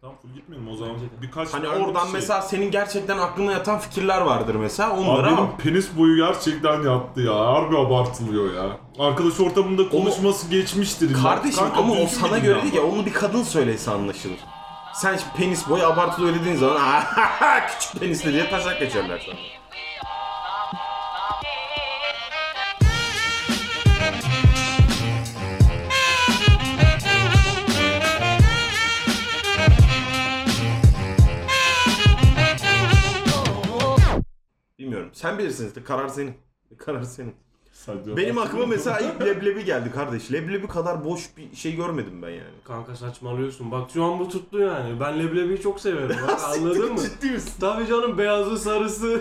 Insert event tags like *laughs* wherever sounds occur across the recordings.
Tam full gitmeyeyim mi o zaman. Bence de. Birkaç Hani tane oradan şey- mesela senin gerçekten aklına yatan fikirler vardır mesela Abi onları al. benim penis boyu gerçekten yattı ya. Harbi abartılıyor ya. Arkadaş ortamında konuşması geçmiştir. illa. Kardeşim Kanka ama o düzgün sana gidin göre ya. değil ya onu bir kadın söylese anlaşılır. Sen şimdi penis boyu abartılı öyle dediğin zaman "Ahaha, *laughs* küçük penisli diye taşak geçerler sana. Bilmiyorum. Sen bilirsin. Karar senin. Karar senin. Sen diyor, Benim bak- aklıma mesela ilk leblebi geldi kardeş. Leblebi kadar boş bir şey görmedim ben yani. Kanka saçmalıyorsun. Bak şu an bu tuttu yani. Ben leblebiyi çok severim. *laughs* Bak, anladın mı? Ciddi misin? Tabii canım beyazı sarısı.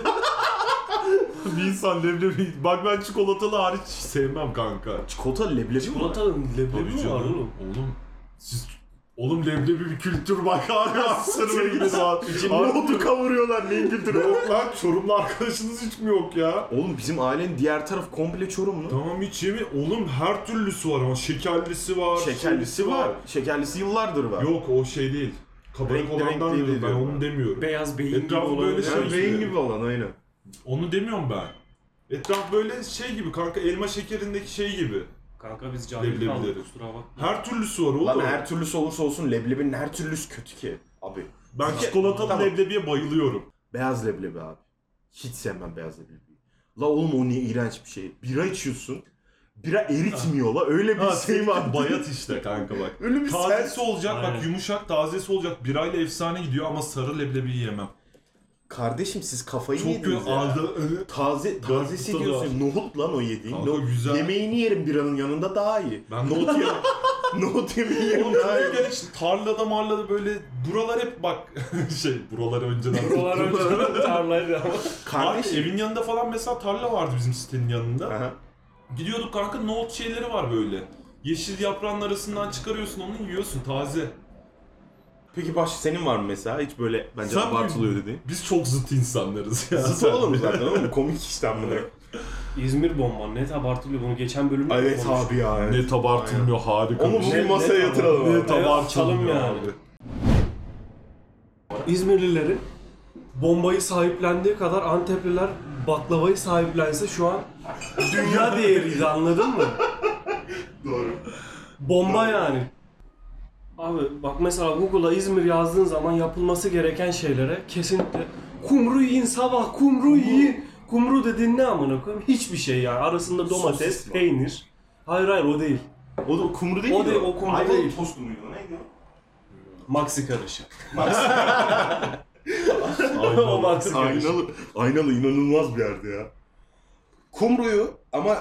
bir insan leblebi... Bak ben çikolatalı hariç sevmem kanka. Çikolata leblebi mi? var? Çikolatanın leblebi mi var oğlum? Oğlum siz... Oğlum leblebi bir kültür bak *laughs* hala sırmaya gibi saat. Ne oldu kavuruyorlar ne İngiltere? Yok lan Çorumlu arkadaşınız hiç mi yok ya? Oğlum bizim ailenin diğer taraf komple Çorumlu. Tamam hiç yemi. Oğlum her türlüsü var ama şekerlisi var. Şekerlisi şeylisi var. Şekerlisi yıllardır var. Yok o şey değil. Kabarık Renkli olandan renkli diyorum ben diyorum onu ben. demiyorum. Beyaz beyin gibi Etrafı olan. böyle yani. Yani şey- beyin gibi olan aynen. Onu demiyorum ben. Etraf böyle şey gibi kanka elma şekerindeki şey gibi. Kanka biz Leblebi cahil kaldık dedi. kusura bakma. Her türlüsü var oğlum. Lan her türlüsü olursa olsun leblebinin her türlüsü kötü ki. Abi. Ben çikolatalı Tamam. leblebiye bayılıyorum. Beyaz leblebi abi. Hiç sevmem beyaz leblebi. La oğlum o ne iğrenç bir şey. Bira içiyorsun. Bira eritmiyor la. Öyle bir *laughs* Ha, şey var. seninki *laughs* bayat işte kanka bak. Öyle bir sens. Tazesi olacak bak Aynen. yumuşak tazesi olacak birayla efsane gidiyor ama sarı leblebiyi yemem. Kardeşim siz kafayı Çok yediniz kötü ya. aldı. Taze, tazesi tadı diyorsun. Nohut lan o yediğin. Kanka Nohut- güzel. Yemeğini yerim biranın yanında daha iyi. Ben- Nohut yerim. *laughs* Nohut yemeği yerim Oğlum daha iyi. çocukken işte tarlada marlada böyle buralar hep bak *laughs* şey buralar önceden. *laughs* Buralar önce tarlaydı ama. Abi Kardeşim. evin yanında falan mesela tarla vardı bizim sitenin yanında. Aha. Gidiyorduk kanka nohut şeyleri var böyle. Yeşil yaprağın arasından çıkarıyorsun onu yiyorsun taze. Peki baş senin var mı mesela? Hiç böyle bence Sen abartılıyor mi- dediğin. Biz çok zıt insanlarız ya. Zıt oğlum zaten oğlum. Komik işte amına. İzmir bomban net abartılıyor bunu geçen bölümde de Evet konuştuk. abi ya. evet. Ne tabartılmıyor harika. Onu bir bugün şey. Ne- masaya ne yatıralım abi. Ne Evet, açalım tabartılmıyor yani. abi. İzmirlilerin bombayı sahiplendiği kadar Antepliler baklavayı sahiplense şu an dünya değeriydi anladın mı? *laughs* Doğru. Bomba yani. Abi bak mesela Google'a İzmir yazdığın zaman yapılması gereken şeylere kesinlikle kumru yiyin sabah kumru yiyin. Kumru dediğin ne amına koyayım? Hiçbir şey yani. Arasında Sosis domates, var. peynir. Hayır hayır o değil. O da kumru değil O mi? değil, o kumru Ayvalık değil. tostu muydu? Neydi o? Maxi karışık. o Aynen. Maxi karışık. Aynalı, aynalı inanılmaz bir yerde ya. Kumruyu ama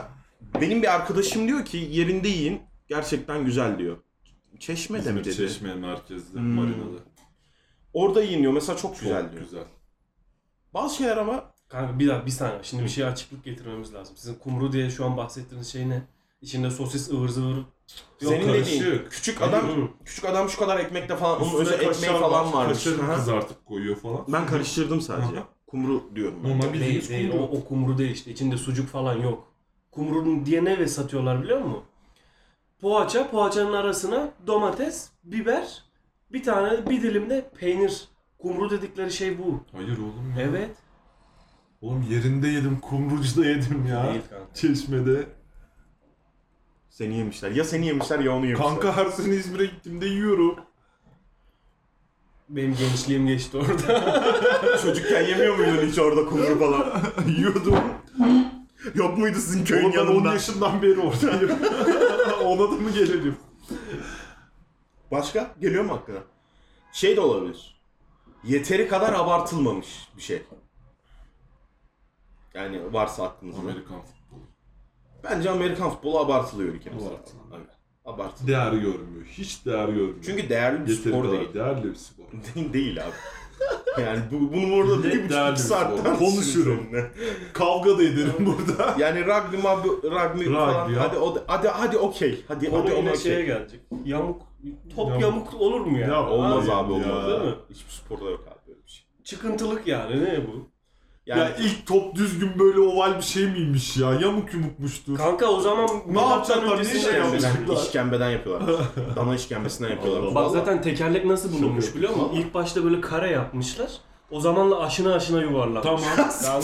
benim bir arkadaşım diyor ki yerinde yiyin. Gerçekten güzel diyor. Çeşme de mi dedi? İzmir Çeşme merkezde Hmm. marinada. Orada yiyin diyor. Mesela çok güzel Çok diyor. güzel. Bazı şeyler ama Kanka bir dakika bir saniye. Şimdi bir şeye açıklık getirmemiz lazım. Sizin kumru diye şu an bahsettiğiniz şey ne? İçinde sosis ıvır zıvır. Yok, senin dediğin karışık. küçük Hayır, adam hı. küçük adam şu kadar ekmekle falan onun Üstüne özel ekmeği kaşar falan var. varmış. Kaşarı Aha. kızartıp koyuyor falan. Ben karıştırdım sadece. Aha. Kumru diyorum ben. Normal Değil, bildiğimiz değil. O, kumru. o kumru değil işte. İçinde sucuk falan yok. Kumrunun diye ne ve satıyorlar biliyor musun? Poğaça, poğaçanın arasına domates, biber, bir tane bir dilim de peynir. Kumru dedikleri şey bu. Hayır oğlum ya. Evet. Oğlum yerinde yedim, kumrucuda yedim ya. Değil kanka. Çeşmede. Seni yemişler. Ya seni yemişler ya onu yemişler. Kanka her sene İzmir'e gittiğimde yiyorum. Benim gençliğim geçti orada. *laughs* Çocukken yemiyor muydun hiç orada kumru falan? *laughs* Yiyordum. Yok muydu sizin köyün Oğlum ben 10 yanında? yaşından beri oradayım. *laughs* Ona da mı gelelim? Başka? Geliyor mu aklına? Şey de olabilir. Yeteri kadar abartılmamış bir şey. Yani varsa aklınızda. Amerikan futbolu. Bence Amerikan futbolu abartılıyor ülkemizde. Abartılıyor. Aynen. Abartılıyor. Değer görmüyor. Hiç değer görmüyor. Çünkü değerli bir Yeteri spor kadar değil. değerli bir *laughs* spor. değil. Değil abi. Yani bu, bunu burada bir buçuk değerli iki bir saatten spor. Konuşurum. üzerine. Kavga da ederim burada. Yani rugby, mabbi, rugby, falan. Rugby ya. Hadi, o da- hadi, hadi okey. Hadi, hadi Orada yine okey. şeye gelecek. Yamuk. Top Yamuk. yamuk, olur mu yani? Ya, Olmaz Hayır abi ya. olmaz. Değil mi? Hiçbir sporda yok abi böyle bir şey. Çıkıntılık yani ne bu? Yani Ya ilk top düzgün böyle oval bir şey miymiş ya? Yamuk yumukmuştu. Kanka o zaman milattan yapacaklar, ne şey öncesinde işe yani. yarayacak? işkembeden, işkembeden yapıyorlar. Dana işkembesinden yapıyorlar. Bak zaten tekerlek nasıl Şok bulunmuş yok. biliyor musun? Vallahi. İlk başta böyle kare yapmışlar. O zamanla aşına aşına yuvarlanmış. *laughs* Tamam.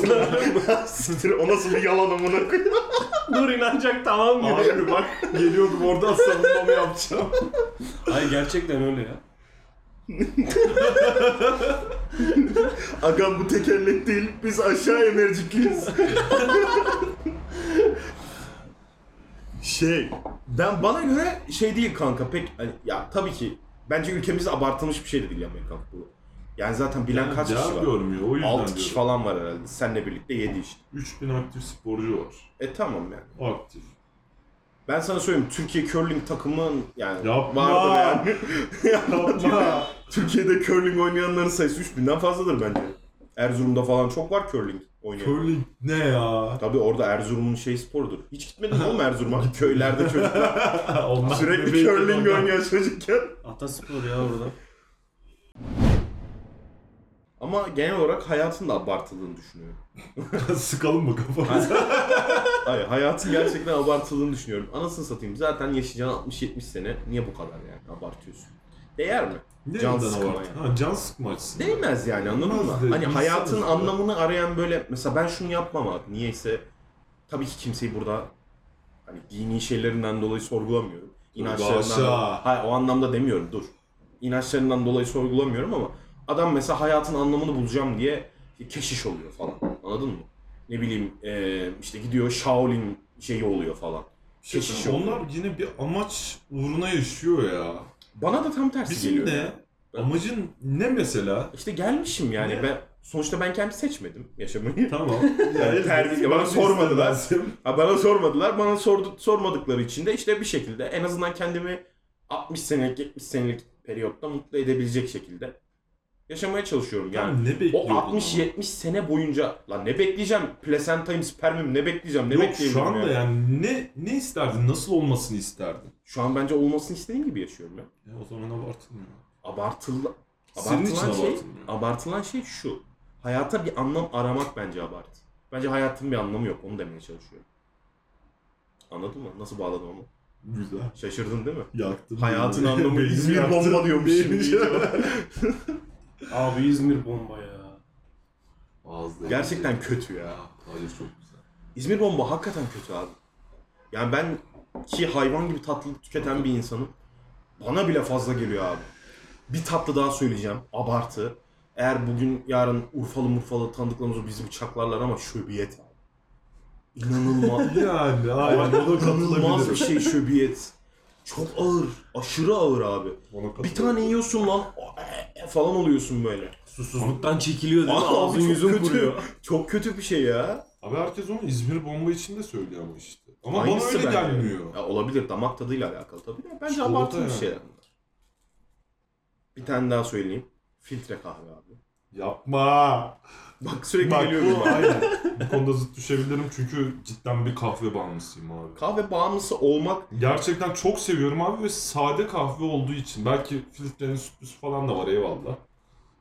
Siktir o nasıl bir yalan amına koyayım. Dur inanacak tamam gibi. Abi bak geliyordum oradan savunmamı yapacağım. Hayır gerçekten öyle ya. Agam bu tekerlek değil biz aşağı emercikliyiz. *laughs* şey ben bana göre şey değil kanka pek hani ya tabii ki bence ülkemizde abartılmış bir şey de değil Amerikan futbolu. *laughs* Yani zaten bilen kaç kişi Cevap var? görmüyor o yüzden 6 kişi diyorum. falan var herhalde. Seninle birlikte 7 işte. 3000 aktif sporcu var. E tamam yani. Aktif. Ben sana söyleyeyim Türkiye curling takımın yani Yapma. vardır yani. Yapma. Türkiye'de curling oynayanların sayısı 3000'den fazladır bence. Erzurum'da falan çok var curling *laughs* oynayan. Curling ne *laughs* ya? Tabii orada Erzurum'un şey sporudur. Hiç gitmedin *laughs* oğlum Erzurum'a. Köylerde *laughs* çocuklar Onlar sürekli bebeği curling kullanıyor. oynuyor çocukken. Ataspor ya orada. Ama genel olarak hayatın da abartıldığını düşünüyorum. *laughs* Sıkalım mı kafamıza? Hayır hayatın gerçekten abartıldığını düşünüyorum. Anasını satayım zaten yaşayacağın 60-70 sene niye bu kadar yani abartıyorsun? Değer mi? Ne Can can sıkma sıkma yani. Ha, can sıkma açısından. Değmez yani anladın mı? Değmez de, Hani insanız hayatın ya. anlamını arayan böyle mesela ben şunu yapmam abi niyeyse tabii ki kimseyi burada hani dini şeylerinden dolayı sorgulamıyorum. İnançlarından Başa. Hayır o anlamda demiyorum dur. İnançlarından dolayı sorgulamıyorum ama adam mesela hayatın anlamını bulacağım diye keşiş oluyor falan. Anladın mı? Ne bileyim eee, işte gidiyor Shaolin şeyi oluyor falan. Bir şey Keşiş söyleyeyim, onlar yine bir amaç uğruna yaşıyor ya. Bana da tam tersi Bizim geliyor. ne? Amacın ne mesela? İşte gelmişim yani Ne? ben sonuçta ben kendi seçmedim yaşamayı. Tamam. *laughs* Yani terbiye- bana Ben sormadılar. istemezdim. Ha bana sormadılar. Bana sordu, sormadıkları için de işte bir şekilde en azından kendimi 60 senelik 70 senelik periyotta mutlu edebilecek şekilde yaşamaya çalışıyorum yani. Lan ne bekliyordun? o 60-70 sene boyunca lan ne bekleyeceğim? Plasentayım, spermim ne bekleyeceğim? Ne Yok bekleyebilirim şu anda yani? yani ne ne isterdin? Nasıl olmasını isterdin? Şu an bence olmasını istediğim gibi yaşıyorum ya. Ya o zaman abartılmıyor. Abartılı Senin için abartılan şey abartılmıyor. abartılan şey şu. Hayata bir anlam aramak bence abartı. Bence hayatın bir anlamı yok. Onu demeye çalışıyorum. Anladın mı? Nasıl bağladım onu? Güzel. Şaşırdın değil mi? Yaktın. Hayatın beni. *laughs* anlamı Beynimi Hmm. *laughs* İzmir yaktın. bomba diyormuş *laughs* şimdi. Beynimi- Abi İzmir bomba ya. Ağızda Gerçekten yanıyor. kötü ya. Hayır çok güzel. İzmir bomba hakikaten kötü abi. Yani ben ki hayvan gibi tatlı tüketen bir insanım. Bana bile fazla geliyor abi. Bir tatlı daha söyleyeceğim. Abartı. Eğer bugün yarın Urfalı Murfalı tanıdıklarımız bizi bıçaklarlar ama şöbiyet. *laughs* İnanılmaz. Yani aynen Abi, ona İnanılmaz bir katılabilirim. şey şöbiyet. Çok ağır. Aşırı ağır abi. Bir tane yiyorsun lan falan oluyorsun böyle. Susuzluktan çekiliyor değil mi? Abi Ağzın çok yüzün kötü. kuruyor. Çok kötü bir şey ya. Abi herkes onu İzmir bomba için de söylüyor ama işte. Ama Aynısı bana öyle bence. gelmiyor. Ya olabilir damak tadıyla alakalı tabii. de. Bence Çikolata abartılı bir yani. şeyler bunlar. Bir tane daha söyleyeyim. Filtre kahve abi. *laughs* Yapma. Bak sürekli Bak geliyor. bu bir- aynen. Bu konuda zıt düşebilirim çünkü cidden bir kahve bağımlısıyım abi. Kahve bağımlısı olmak Gerçekten çok seviyorum abi ve sade kahve olduğu için. Belki filtrenin sütlüsü falan da var eyvallah.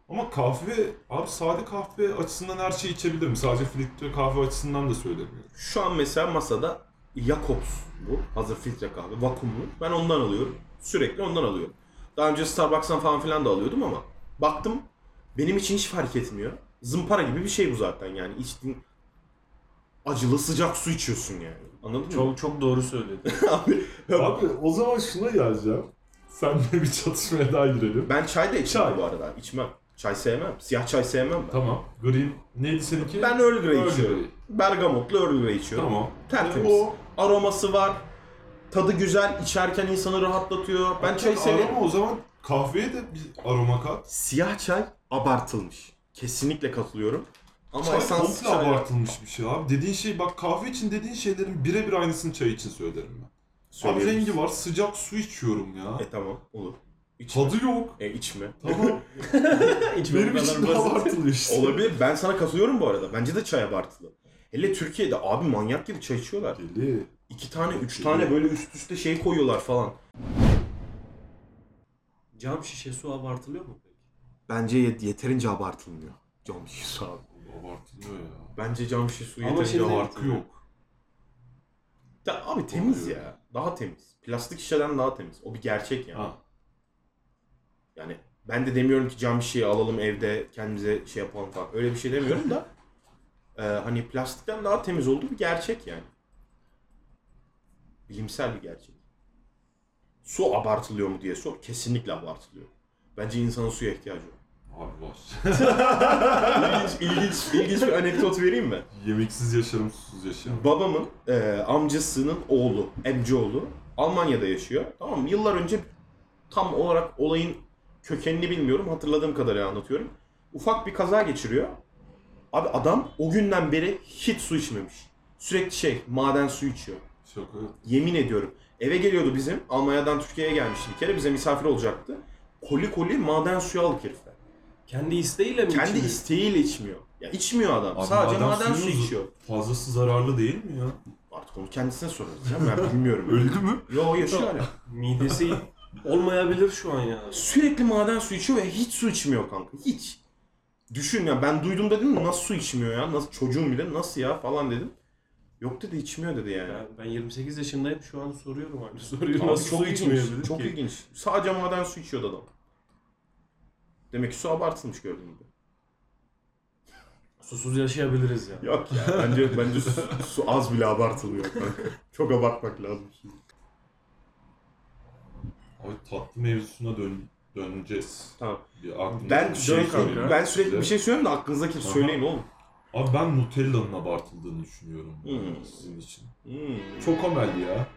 Ama kahve, abi sade kahve açısından her şeyi içebilirim. Sadece filtre kahve açısından da söylemiyorum. şu an mesela masada Jacobs bu. Hazır filtre kahve. Vakumlu. Ben ondan alıyorum. Sürekli ondan alıyorum. Daha önce Starbucks'tan falan filan da alıyordum ama baktım benim için hiç fark etmiyor. Zımpara gibi bir şey bu zaten yani. içtiğin acılı sıcak su içiyorsun yani. Anladın mı? Çok çok doğru söyledin. *laughs* Abi, Abi o zaman şuna geleceğim. Senle bir çatışmaya daha girelim. Ben çay da içmem Çay. bu arada. İçmem. Çay sevmem. Siyah çay sevmem ben. Tamam. Green neydi seninki? Ben Earl Grey Earl içiyorum. Grey. Bergamotlu Earl Grey içiyorum. Tamam. Tertemiz. E, o Aroması var. Tadı güzel. içerken insanı rahatlatıyor. Ben çay seviyorum. Aroma o zaman kahveye de bir aroma kat. Siyah çay abartılmış. Kesinlikle katılıyorum. Ama çay esans komple çay. abartılmış bir şey abi. Dediğin şey bak kahve için dediğin şeylerin birebir aynısını çay için söylerim ben. Abi Söylüyorum. rengi var sıcak su içiyorum ya. *laughs* E tamam olur. İçme. Tadı yok. E içme. Tamam. Hiç Benim için de abartılı işte. Olabilir. Ben sana katılıyorum bu arada. Bence de çay abartılı. Hele Türkiye'de abi manyak gibi çay içiyorlar. Deli. İki tane, üç tane böyle üst üste şey koyuyorlar falan. Cam şişe su abartılıyor mu peki? Bence yet- yeterince abartılmıyor. Cam şişesi abi. Abartılıyor ya. Bence cam şişe suyu Ama yeterince şimdi- Farkı abartılıyor. yok. Ya abi temiz Oluyor. ya. Daha temiz. Plastik şişeden daha temiz. O bir gerçek yani. Ha. Yani ben de demiyorum ki cam şişeyi alalım evde kendimize şey yapalım falan. Öyle bir şey demiyorum da *laughs* e, hani plastikten daha temiz olduğu bir gerçek yani. Bilimsel bir gerçek. Su abartılıyor mu diye sor. Kesinlikle abartılıyor. Bence insanın suya ihtiyacı var. Abi var. *laughs* İlginç, ilginç, ilginç bir anekdot vereyim mi? Yemeksiz yaşarım, susuz yaşarım. Babamın e, amcasının oğlu, emcaoğlu Almanya'da yaşıyor. Tamam mı? Yıllar önce tam olarak olayın kökenini bilmiyorum. Hatırladığım kadarıyla anlatıyorum. Ufak bir kaza geçiriyor. Abi adam o günden beri hiç su içmemiş. Sürekli şey maden suyu içiyor. Şaka. Yemin ediyorum. Eve geliyordu bizim. Almanya'dan Türkiye'ye gelmişti bir kere. Bize misafir olacaktı. Koli koli maden suyu alıp herifler. Kendi isteğiyle mi Kendi içiyor? isteğiyle içmiyor. Ya içmiyor adam. Abi Sadece maden maden suyu suyu mu? içiyor. Fazlası zararlı değil mi ya? Artık onu kendisine sorarız. canım, Ben bilmiyorum. *laughs* Öldü mü? Yo yaşıyor hala. *laughs* Midesi olmayabilir şu an yani. Sürekli maden suyu içiyor ve hiç su içmiyor kanka. Hiç. Düşün ya ben duydum dedim nasıl su içmiyor ya? Nasıl çocuğum bile nasıl ya falan dedim. Yok dedi içmiyor dedi yani. Ben, ben 28 yaşındayım şu an soruyorum abi. Soruyor Abi nasıl su ilginç, içmeyebilir Çok ki? ilginç. Sadece maden su içiyordu adam. Demek ki su abartılmış gördüğün gibi. Susuz yaşayabiliriz yani. Yok ya bence, bence su, su az bile abartılıyor kanka. Çok abartmak lazım. Abi tatlı mevzusuna dön döneceğiz. Tamam. Bir aklımda Ben, bir şey sürekli- söyleyeyim. ben sürekli size. bir şey söylüyorum da aklınızdaki Aha. söyleyin oğlum. Abi ben Nutella'nın abartıldığını düşünüyorum Hmm. sizin için. Hmm. Çok amel ya.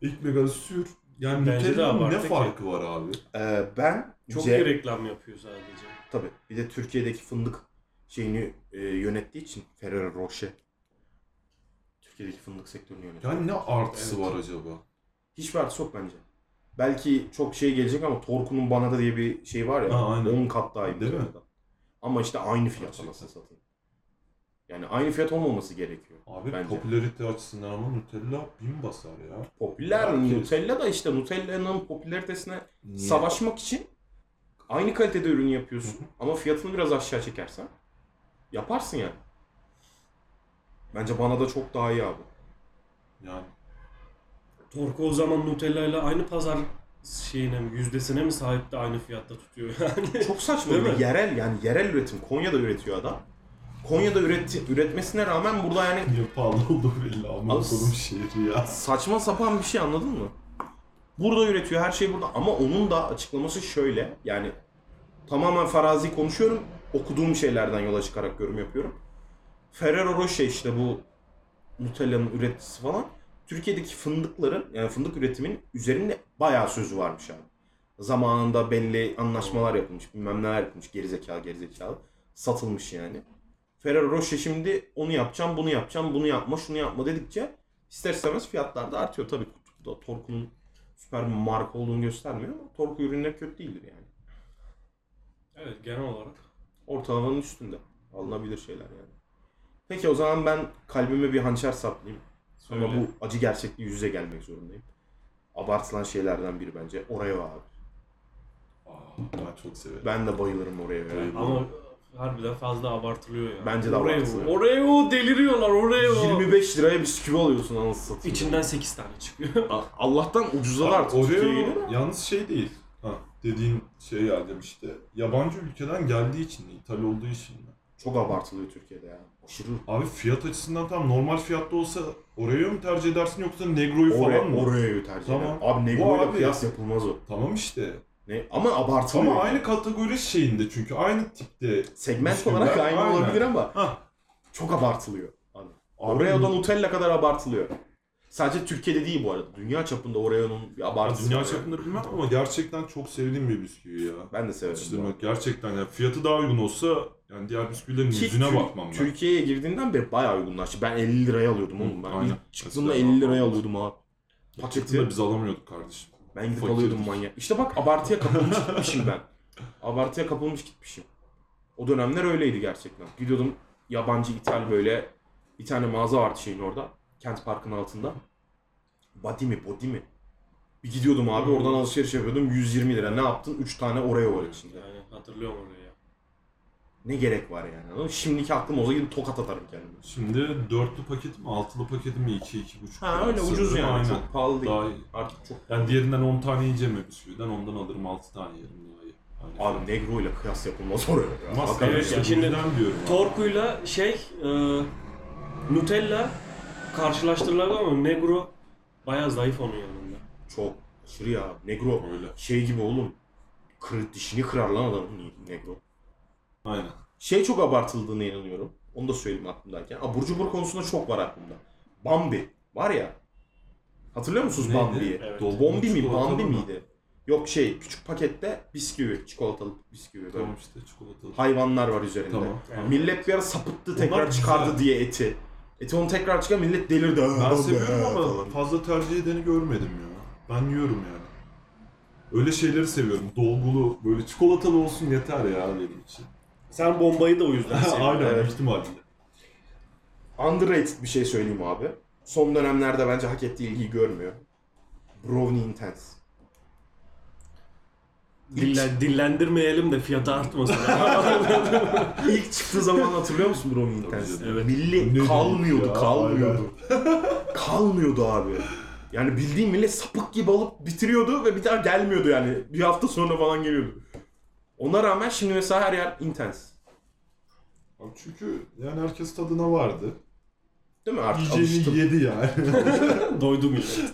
İlk mega sür. Yani Bence de Nutella'nın ne abartı ki. farkı var abi? Ee, ben Çok C- iyi reklam yapıyor sadece. Tabii. Bir de Türkiye'deki fındık şeyini e, yönettiği için Ferrero Rocher. Türkiye'deki fındık sektörünü yönetiyor. Yani ne artısı Evet. var acaba? Hiçbir artısı yok bence. Belki çok şey gelecek ama Torku'nun bana da diye bir şey var ya. Ha, aynen. 10 kat daha iyi. Değil mi? fiyattan. Ama işte aynı fiyat Gerçekten. anasını satayım. Yani aynı fiyat olmaması gerekiyor. Abi Bence. popülarite açısından ama Nutella bin basar ya. Popüler Herkes- Nutella da işte Nutella'nın popülaritesine Niye? savaşmak için aynı kalitede ürün yapıyorsun Hı hı. ama fiyatını biraz aşağı çekersen yaparsın yani. Bence bana da çok daha iyi *laughs* abi. Yani Torku o zaman Nutella ile aynı pazar şeyine mi, yüzdesine mi sahip de aynı fiyatta tutuyor yani. *laughs* Çok saçma Değil bir de mi? yerel yani yerel üretim Konya'da üretiyor adam. Konya'da üretti, üretmesine rağmen burada yani niye pahalı oldu belli ama Abi- konum şehri ya. saçma sapan bir şey anladın mı? Burada üretiyor her şey burada ama onun da açıklaması şöyle yani tamamen farazi konuşuyorum okuduğum şeylerden yola çıkarak yorum yapıyorum. Ferrero Rocher işte bu Nutella'nın üreticisi falan Türkiye'deki fındıkların yani fındık üretimin üzerinde bayağı sözü varmış abi. Zamanında belli anlaşmalar yapılmış bilmem neler yapılmış gerizekalı gerizekalı satılmış yani. Ferrero Rocher şimdi onu yapacağım bunu yapacağım bunu yapma şunu yapma dedikçe İster istemez fiyatlar da artıyor. Tabii bu da Torku'nun süper bir marka olduğunu göstermiyor ama Torku ürünleri kötü değildir yani. evet genel olarak. Ortalamanın üstünde. Alınabilir şeyler yani. Peki o zaman ben kalbime bir hançer saplayayım. Sonra Söyle. bu acı gerçekliği yüz yüze gelmek zorundayım. Abartılan şeylerden biri bence. Oraya abi. Aa, ben çok severim. Ben de bayılırım oraya. Yani. Bayılırım. Ama harbiden fazla abartılıyor yani. Bence de Oreo, abartılıyor. Oreo deliriyorlar Oreo. 25 liraya bir bisküvi alıyorsun anasını satayım. İçinden 8 tane çıkıyor. *laughs* A- Allah'tan ucuzalar artık. Türkiye'ye Oreo geliyor ama. yalnız şey değil. Ha, dediğin şey geldim işte. Yabancı ülkeden geldiği için, ithal olduğu için. mi? Çok abartılıyor Türkiye'de ya. Aşırı. Abi fiyat açısından tam normal fiyatta olsa Oreo mu tercih edersin yoksa Negro'yu falan Oreo, mı? Oreo'yu tercih Tamam. ederim. Abi Bu Negro'yla abi- kıyas yapılmaz o. Tamam işte. Ne? Ama abartılıyor. Ama aynı kategori şeyinde çünkü aynı tipte. Segment Bisküviler olarak aynı şey. aynen. olabilir ama Ha. çok abartılıyor. Oreo'da Nutella kadar abartılıyor. Sadece Türkiye'de değil bu arada. Dünya çapında Oreo'nun bir Ya abartısı dünya var. çapında bilmem ama gerçekten çok sevdiğim bir bisküvi ya. Ben de severim. bu arada. Atıştırmak gerçekten yani fiyatı daha uygun olsa yani diğer bisküvilerin Ki yüzüne Tür- bakmam ben. Türkiye'ye girdiğinden beri bayağı uygunlaştı. Ben 50 liraya alıyordum oğlum. Ben Aynen. ilk çıktığımda Eskiden 50 liraya alıyordum abi. Paketini de Paketi biz alamıyorduk kardeşim. ben gidip Fakirdik. alıyordum manyak. İşte bak abartıya kapılmış gitmişim ben. Abartıya kapılmış gitmişim. O dönemler öyleydi gerçekten. Gidiyordum yabancı ithal böyle bir tane mağaza vardı şeyin orada. Kent Park'ın altında. Body mi body mi? Bir gidiyordum abi oradan alışveriş yapıyordum 120 lira. Ne yaptın? 3 tane Oreo var içinde. Yani hatırlıyorum Oreo'yu. Ne gerek var yani? anladın mı? Şimdiki aklım olsa gidip tokat atarım kendime. Şimdi dörtlü paket mi, altılı paket mi? 2 iki buçuk. Ha lira öyle ucuz sanırım, yani. Aynen. Çok pahalı değil. Daha iyi. Artık çok Yani diğerinden 10 tane yiyeceğim ya bisküviden. Ondan alırım 6 tane yerim daha iyi. Aynen. Abi Negro ile kıyas yapılmaz oraya. ya. Maske Hakikaten. Evet, işte şimdi yüzden diyorum. abi. Torkuyla şey e, Nutella karşılaştırırlardı ama Negro bayağı zayıf onun yanında. Çok aşırı ya. Negro Öyle. şey gibi oğlum. Kır, dişini kırar lan adamın Negro. Aynen. Şey çok abartıldığına inanıyorum. Onu da söyleyeyim aklımdayken. Abur cubur konusunda çok var aklımda. Bambi var ya. Hatırlıyor musunuz Neydi? Bambi'yi? Evet. Do- Bombi mi? Çikolatalı Bambi mı? miydi? Yok şey küçük pakette bisküvi, çikolatalı bisküvi. böyle. Tamam işte çikolatalı. Hayvanlar var üzerinde. Tamam. Yani Millet bir ara sapıttı Onlar tekrar güzel. çıkardı diye eti. Eti onu tekrar çıkar millet delirdi. "Aa, Ben Bambi, seviyorum aa," ama falan. fazla tercih edeni görmedim ya. Ben yiyorum yani. Öyle şeyleri seviyorum. Dolgulu, böyle çikolatalı olsun yeter ya benim için. Sen bombayı da o yüzden *laughs* Aynen evet. büyük ihtimalle. Underrated bir şey söyleyeyim abi. Son dönemlerde bence hak ettiği ilgiyi görmüyor. Brownie Intense. Dille- dillendirmeyelim de fiyatı *laughs* artmasın. *laughs* İlk çıktığı zaman hatırlıyor musun Brownie Intense? canım. Evet. Milli Ne kalmıyordu, demek ya, kalmıyordu. kalmıyordu abi. Yani bildiğin millet sapık gibi alıp bitiriyordu ve bir daha gelmiyordu yani. Bir hafta sonra falan geliyordu. Ona rağmen şimdi mesela her yer Intense. Abi çünkü yani herkes tadına vardı. Değil mi? Artık alıştın. Yiyeceğini yedi yani. Doydum millet.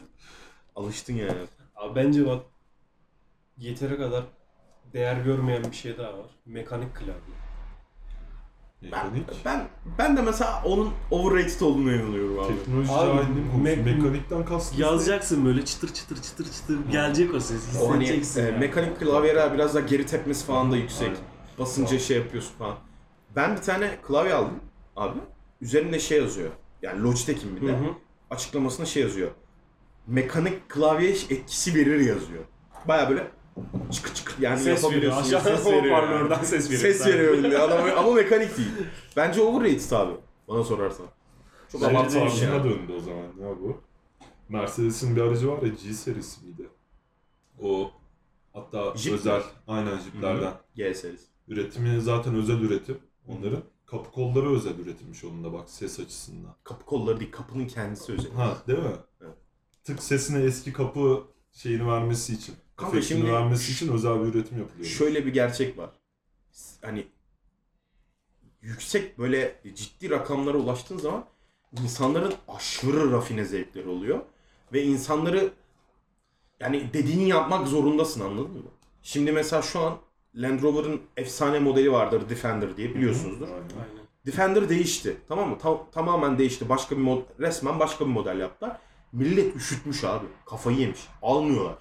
alıştın yani. Abi bence bak yeteri kadar değer görmeyen bir şey daha var. Mekanik klavye. Ben, Mekanik. ben, ben de mesela onun overrated olduğunu inanıyorum abi. Teknoloji Abi, cahilliğim konusu. me- Mekanikten kastım. Yazacaksın böyle çıtır çıtır çıtır çıtır gelecek o ses. O hani Hissedeceksin. e, yani. mekanik klavyelere biraz daha geri tepmesi falan da yüksek. Aynen. Basınca şey yapıyorsun falan. Ben bir tane klavye aldım abi. Üzerinde şey yazıyor. Yani Logitech'in bir Hı de. hı. Açıklamasında şey yazıyor. Mekanik klavye etkisi verir yazıyor. Baya böyle çıkı çıkı yani Hani Ses veriyor. yapabiliyorsun. Aşağıdan *laughs* ses veriyor. yani. hoparlörden ses veriyor. Ses veriyor diyor adam ama mekanik değil. Bence overrated abi bana sorarsan. Çok Şey abartılı bir şey. tarzına döndü o zaman ya bu. Mercedes'in bir aracı var ya G serisi miydi? O hatta Jeep mi? özel aynen jiplerden. G serisi. Üretimi zaten özel üretim onların. Kapı kolları özel üretilmiş onun da bak ses açısından. Kapı kolları değil kapının kendisi özel. Ha değil mi? Evet. Tık sesine eski kapı şeyini vermesi için. Kanka efektini şimdi- vermesi için özel bir üretim yapılıyor. Şöyle bir gerçek var. Hani yüksek böyle ciddi rakamlara ulaştığın zaman insanların aşırı rafine zevkleri oluyor. Ve insanları yani dediğini yapmak zorundasın anladın mı? Şimdi mesela şu an Land Rover'ın efsane modeli vardır Defender diye biliyorsunuzdur. Aynen. Aynen. Defender değişti tamam mı? Ta- tamamen değişti. Başka bir mod resmen başka bir model yaptılar. Millet üşütmüş abi. Kafayı yemiş. Almıyorlar.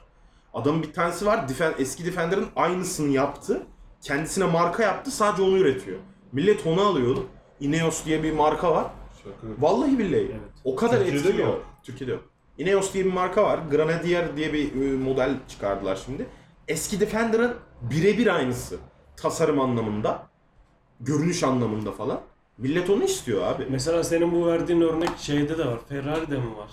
Adamın bir tanesi var. Defen- eski Defender'ın aynısını yaptı. Kendisine marka yaptı. Sadece onu üretiyor. Millet onu alıyordu. Ineos diye bir marka var. Şaka. Vallahi billahi. Evet. O kadar Türkiye'de etkiliyor. mi yok? Türkiye'de yok. Ineos diye bir marka var. Grenadier diye bir e, model çıkardılar şimdi. Eski Defender'ın birebir aynısı. Tasarım anlamında. Görünüş anlamında falan. Millet onu istiyor abi. Mesela senin bu verdiğin örnek şeyde de var. Ferrari'de mi var?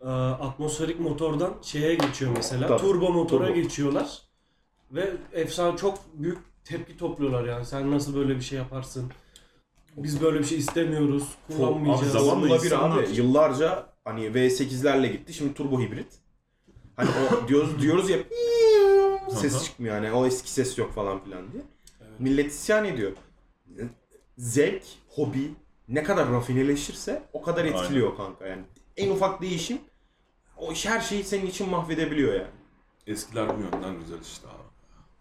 Ee, atmosferik motordan şeye geçiyor mesela. Tabii. Turbo motora Turbo. geçiyorlar. Ve efsane çok büyük tepki topluyorlar yani. Sen nasıl böyle bir şey yaparsın? Biz böyle bir şey istemiyoruz. Abi Kullanmayacağız. zaman- zamanla bir insanlar- abi. Yıllarca hani V8'lerle gitti. Şimdi turbo hibrit. Hani o diyoruz, diyoruz ya ses çıkmıyor yani o eski ses yok falan filan diye. Evet. Millet isyan ediyor. Zevk, hobi ne kadar rafineleşirse o kadar etkiliyor kanka yani. En ufak değişim o iş her şeyi senin için mahvedebiliyor yani. Eskiler bu yönden güzel işte abi.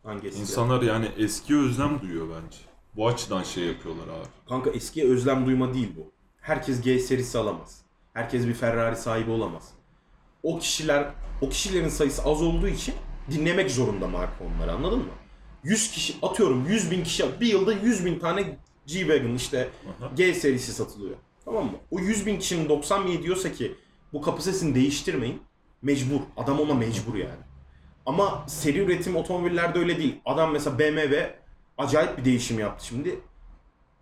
Hangisi? İnsanlar yani eski özlem duyuyor bence. Bu açıdan şey yapıyorlar abi. Kanka eskiye özlem duyma değil bu. Herkes G serisi alamaz. Herkes bir Ferrari sahibi olamaz. O kişiler, o kişilerin sayısı az olduğu için dinlemek zorunda marka onları anladın mı? 100 kişi atıyorum 100 bin kişi bir yılda 100 bin tane G-Wagon işte Aha. G serisi satılıyor. Tamam mı? O 100 bin kişinin 90 bini diyorsa ki bu kapı sesini değiştirmeyin. Mecbur. Adam ona mecbur yani. Ama seri üretim otomobillerde öyle değil. Adam mesela BMW acayip bir değişim yaptı şimdi.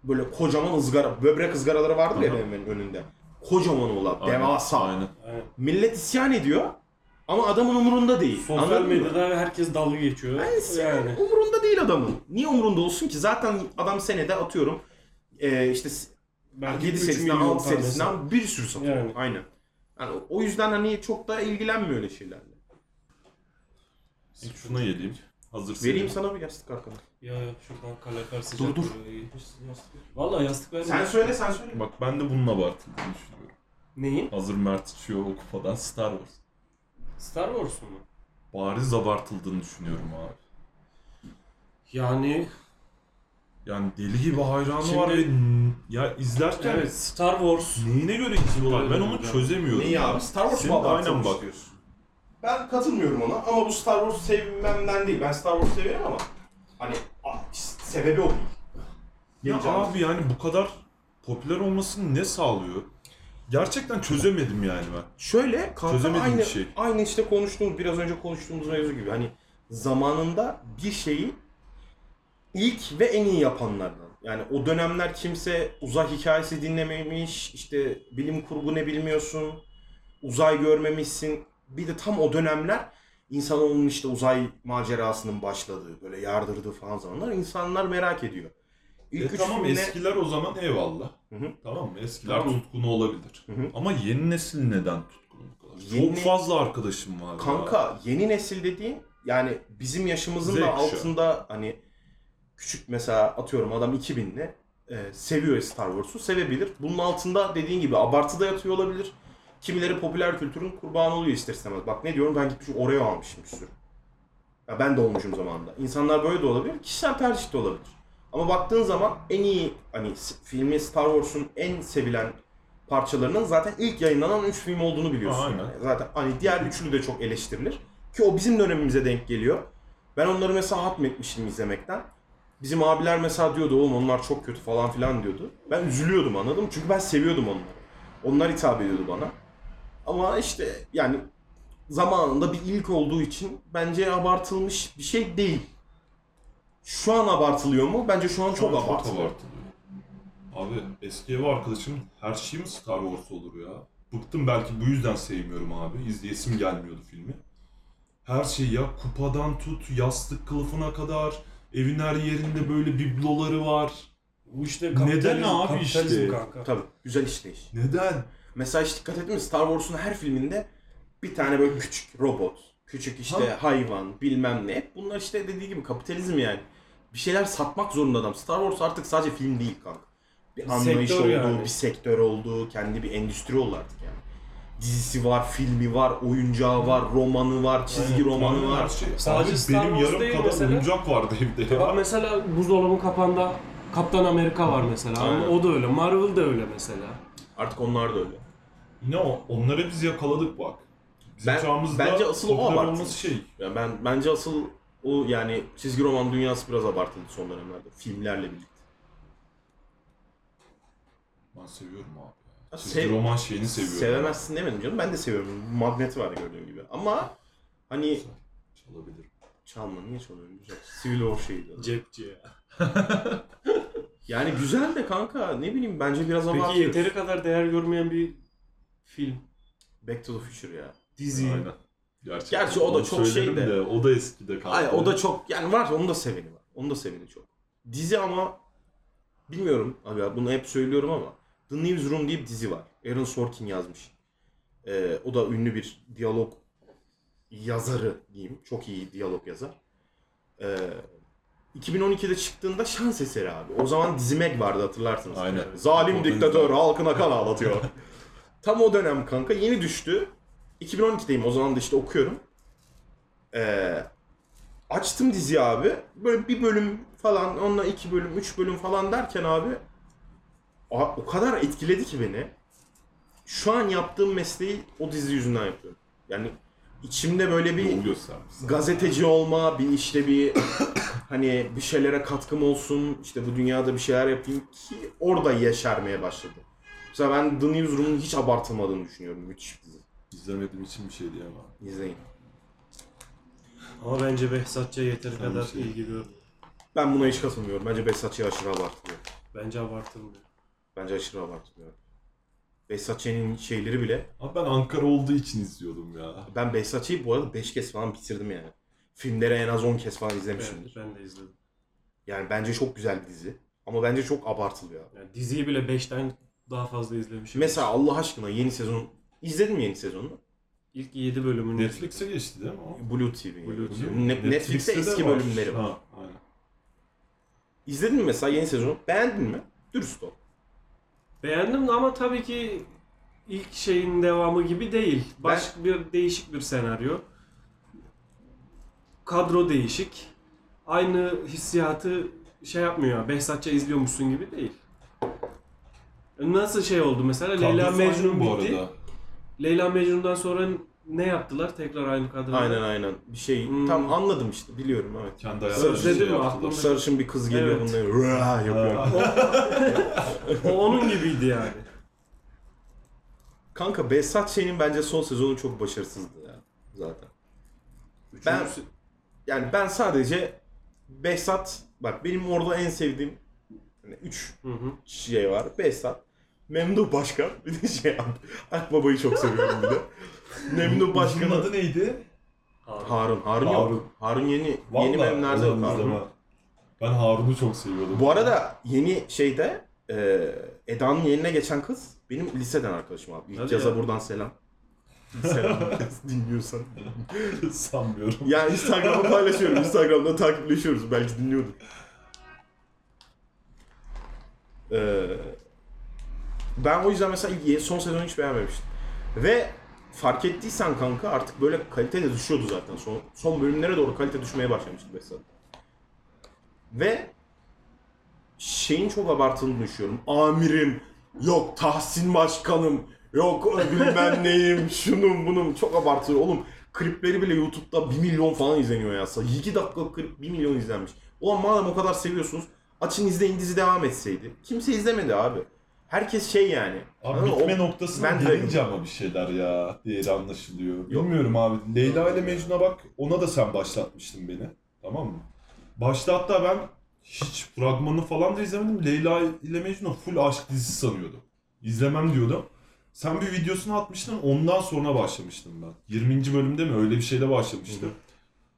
Böyle kocaman ızgara, böbrek ızgaraları vardır ya Aha. BMW'nin önünde. Kocaman olan, Aynen, devasa. Aynen. Aynen. Millet isyan ediyor. Ama adamın umurunda değil. Sosyal Anladın mı? medyada herkes dalga geçiyor. Yani, Yani. umurunda değil adamın. Niye umurunda olsun ki? Zaten adam senede atıyorum e, işte s- Belki 7 üç serisinden milyon 6 tanesi. serisinden bir sürü satıyor. Yani. Aynen. Yani o yüzden hani çok da ilgilenmiyor öyle şeylerle. İlk şuna geleyim. Hazır Vereyim senin. sana bir yastık arkana. Ya ya, şuradan kalorifer sıcak. Dur, dur. Valla yastık verme. söyle sen söyle. Bak ben de bununla abartıldığını düşünüyorum. Neyin? Hazır Mert içiyor o kupadan Star Wars. Star Wars mu? Bariz abartıldığını düşünüyorum abi. Yani Yani deli gibi hayranı Şimdi- var ve ya izlerken evet Star Wars. neyine göre izliyorlar ben onu Evet. çözemiyorum. Neyi abi? Star Wars Senin mu de abartılmış aynen bak. diyorsun? Ben katılmıyorum ona ama bu Star Wars sevmemden değil. Ben Star Wars severim ama hani a- sebebi o değil. Ya Geleceğim. abi yani bu kadar popüler olmasını ne sağlıyor? Gerçekten çözemedim yani ben. Şöyle kanka Çözemediğim aynı, bir şey. aynı işte konuştuğumuz biraz önce konuştuğumuz mevzu gibi hani zamanında bir şeyi ilk ve en iyi yapanlardan. Yani o dönemler kimse uzay hikayesi dinlememiş, işte bilim kurgu ne bilmiyorsun, uzay görmemişsin. Bir de tam o dönemler insanoğlunun işte uzay macerasının başladığı, böyle yardırdığı falan zamanlar insanlar merak ediyor. İlk E üç tamam filmle- eskiler o zaman eyvallah. Hı hı. Tamam mı? Eskiler Tamam. tutkunu olabilir. Hı hı. Ama yeni nesil neden tutkunu bu kadar? Yeni- Çok fazla arkadaşım var. ya. Kanka yeni nesil dediğin yani bizim yaşımızın Z da kuşağı. altında hani küçük mesela atıyorum adam 2000'li e, seviyor Star Wars'u sevebilir. Bunun altında dediğin gibi abartıda yatıyor olabilir. Kimileri popüler kültürün kurbanı oluyor ister istemez. Bak ne diyorum ben gitmişim oraya almışım bir sürü. Ya ben de olmuşum zamanında. İnsanlar böyle de olabilir. Kişisel tercih de olabilir. Ama baktığın zaman en iyi hani s- filmi Star Wars'un en sevilen parçalarının zaten ilk yayınlanan 3 film olduğunu biliyorsun. Aynen. Yani Zaten hani diğer üçlü de çok eleştirilir. Ki o bizim dönemimize denk geliyor. Ben onları mesela hatmetmiştim izlemekten. Bizim abiler mesela diyordu oğlum onlar çok kötü falan filan diyordu. Ben üzülüyordum anladın mı? Çünkü ben seviyordum onları. Onlar hitap ediyordu bana. Ama işte yani zamanında bir ilk olduğu için bence abartılmış bir şey değil. Şu an abartılıyor mu? Bence şu an Şu an çok abartılıyor. abartılıyor. Abi eski ev arkadaşım her şeyim Star Wars olur ya. Bıktım belki bu yüzden sevmiyorum abi. İzleyesim gelmiyordu filmi. Her şey ya kupadan tut yastık kılıfına kadar evin her yerinde böyle bibloları var. Bu işte Neden kapitalizm. abi kapitalizm işte? Kanka. Tabii güzel işleyiş. Neden? Mesela hiç dikkat ettin mi? Star Wars'un her filminde bir tane böyle küçük robot, küçük işte hayvan, bilmem ne. Hep Bunlar işte dediği gibi kapitalizm yani. Bir şeyler satmak zorunda adam. Star Wars artık sadece film değil kanka. Bir Bir anlayış sektör olduğu, yani. bir sektör olduğu, kendi bir endüstri oldu artık yani. Dizisi var, filmi var, oyuncağı var, romanı var, çizgi Aynen, romanı aynen var. her Şey. Sadece Abi Star benim Wars yarım değil kadar mesela. oyuncak vardı evde ya. Bak mesela buzdolabın kapağında Kaptan Amerika var mesela. Ama Aynen. O da öyle. Marvel da öyle mesela. Artık onlar da öyle. Ne o? Onları biz yakaladık bak. Bizim Ben- çağımızda bence asıl o popüler abartılmış. olması şey. Yani ben bence asıl o yani çizgi roman dünyası biraz abartıldı son dönemlerde filmlerle birlikte. Ben seviyorum abi. Ya Çizgi sev- Şey- roman şeyini seviyorum. Sevemezsin demedim canım. Ben de seviyorum. Magnet var gördüğün gibi. Ama hani Çalabilirim. çalma niye çalıyorsun? Güzel. Civil War şeydi. Cepçi ya. Yani güzel de kanka ne bileyim bence biraz Peki abartıyoruz. yeteri kadar değer görmeyen bir film, Back to the Future ya. dizi. Aynen. Gerçekten. Gerçi o da Onu çok söylerim şey de- O da eskide kaldı. Ay o da çok yani var onun da seveni var. Onun da seveni çok. Dizi ama bilmiyorum abi ya, bunu hep söylüyorum ama The Newsroom diye bir dizi var. Aaron Sorkin yazmış. Ee, o da ünlü bir diyalog yazarı diyeyim. Çok iyi diyalog yazar. Ee, 2012'de çıktığında şans eseri abi. O zaman Dizimeg vardı hatırlarsınız. Aynen. Zalim Oradan diktatör izledim. halkına kan ağlatıyor. Tam o dönem kanka yeni düştü. 2012'deyim o zaman da işte okuyorum. Ee, açtım diziyi abi. Böyle bir bölüm falan, onunla iki bölüm, üç bölüm falan derken abi a- o kadar etkiledi ki beni. Şu an yaptığım mesleği o dizi yüzünden yapıyorum. Yani içimde böyle bir Yol göstermiş. gazeteci olma, bir işte bir *coughs* hani bir şeylere katkım olsun, işte bu dünyada bir şeyler yapayım ki orada yeşermeye başladı. Mesela ben The Newsroom'un hiç abartılmadığını düşünüyorum. Müthiş bir dizi. İzlemediğim için bir şey diyemem. İzleyin. Ama bence Behzatçı'ya yeteri Sen kadar bir şey- ilgi gör. Ben buna hiç katılmıyorum. Bence Behzatçı'yı aşırı abartılıyor. Bence abartılmıyor. Bence aşırı abartılıyor. Behzatçı'nın şeyleri bile. Abi ben Ankara olduğu için izliyordum ya. Ben Behzatçı'yı bu arada 5 kez falan bitirdim yani. Filmleri en az 10 kez falan izlemişimdir. Ben, ben de izledim. Yani bence çok güzel bir dizi. Ama bence çok abartılıyor. abi. Yani diziyi bile 5'ten daha fazla izlemişim. Mesela Allah aşkına yeni sezon... İzledin mi yeni sezonunu? ilk 7 bölümünü Netflix'e geçti değil mi o? Blue TV. Blue TV. Ne- Netflix'te, eski bölümleri var. Ha, aynen. İzledin mi mesela yeni sezonu? Beğendin mi? Dürüst ol. Beğendim de ama tabii ki ilk şeyin devamı gibi değil. Başka bir değişik bir senaryo. Kadro değişik. Aynı hissiyatı şey yapmıyor. ya, Behzatça izliyormuşsun gibi değil. Nasıl şey oldu mesela? Leyla Kadrosu Mecnun aynı bu bitti. arada. Leyla Mecnun'dan sonra ne yaptılar? Tekrar aynı kadro. Aynen aynen. Bir şey Hmm. tam anladım işte biliyorum evet. Kendi şey ayarlarını Sırf dedim mi? yaptılar. Aklım- Sarışın bir kız geliyor Evet. bundan "Rah!" yapıyor. O onun gibiydi yani. Kanka Behzat Ç'nin bence son sezonu çok başarısızdı ya zaten. Ben Üçüncüsü- yani ben sadece Behzat bak benim orada en sevdiğim 3 Hı hı. şey var. Behzat, Memduh Başkan bir de şey Akbaba'yı çok seviyorum *laughs* bir de. Memduh Başkanın Başkan'ı adı neydi? Harun, Harun, Harun. yok. Harun yeni Vallahi yeni bölümlerde yok aramızda Harun. ben- Ben Harun'u çok seviyordum. Bu arada yeni şeyde e, Eda'nın yerine geçen kız benim liseden arkadaşım abi. İlk Hadi caza ya. buradan selam. *laughs* selam İlknaz, dinliyorsan. *laughs* sanmıyorum. Yani Instagram'ı paylaşıyorum. Instagram'da takipleşiyoruz. Belki dinliyordur. Ee, ben o yüzden mesela ilk- son sezonu hiç beğenmemiştim. Ve fark ettiysen kanka artık böyle kalite de düşüyordu zaten. Son, son bölümlere doğru kalite düşmeye başlamıştı mesela. Ve şeyin çok abartıldığını düşünüyorum. Amirim, yok Tahsin Başkanım, yok *laughs* bilmem neyim, şunum bunum çok abartılı. Oğlum klipleri bile YouTube'da 1 milyon falan izleniyor ya. 2 dakikalık klip 1 milyon izlenmiş. Ulan madem o kadar seviyorsunuz açın izleyin dizi devam etseydi. Kimse izlemedi abi. Herkes şey yani. Abi Anladın mı? bitme O- noktasına Ben gelince ama bir şeyler ya değeri anlaşılıyor. Yok. Bilmiyorum abi. Leyla ile Mecnun'a bak. Ona da sen başlatmıştın beni. Tamam mı? Başta hatta ben hiç fragmanı falan da izlemedim. Leyla ile Mecnun full aşk dizisi sanıyordum. İzlemem diyordum. Sen bir videosunu atmıştın. Ondan sonra başlamıştım ben. 20. bölümde mi öyle bir şeyle başlamıştım.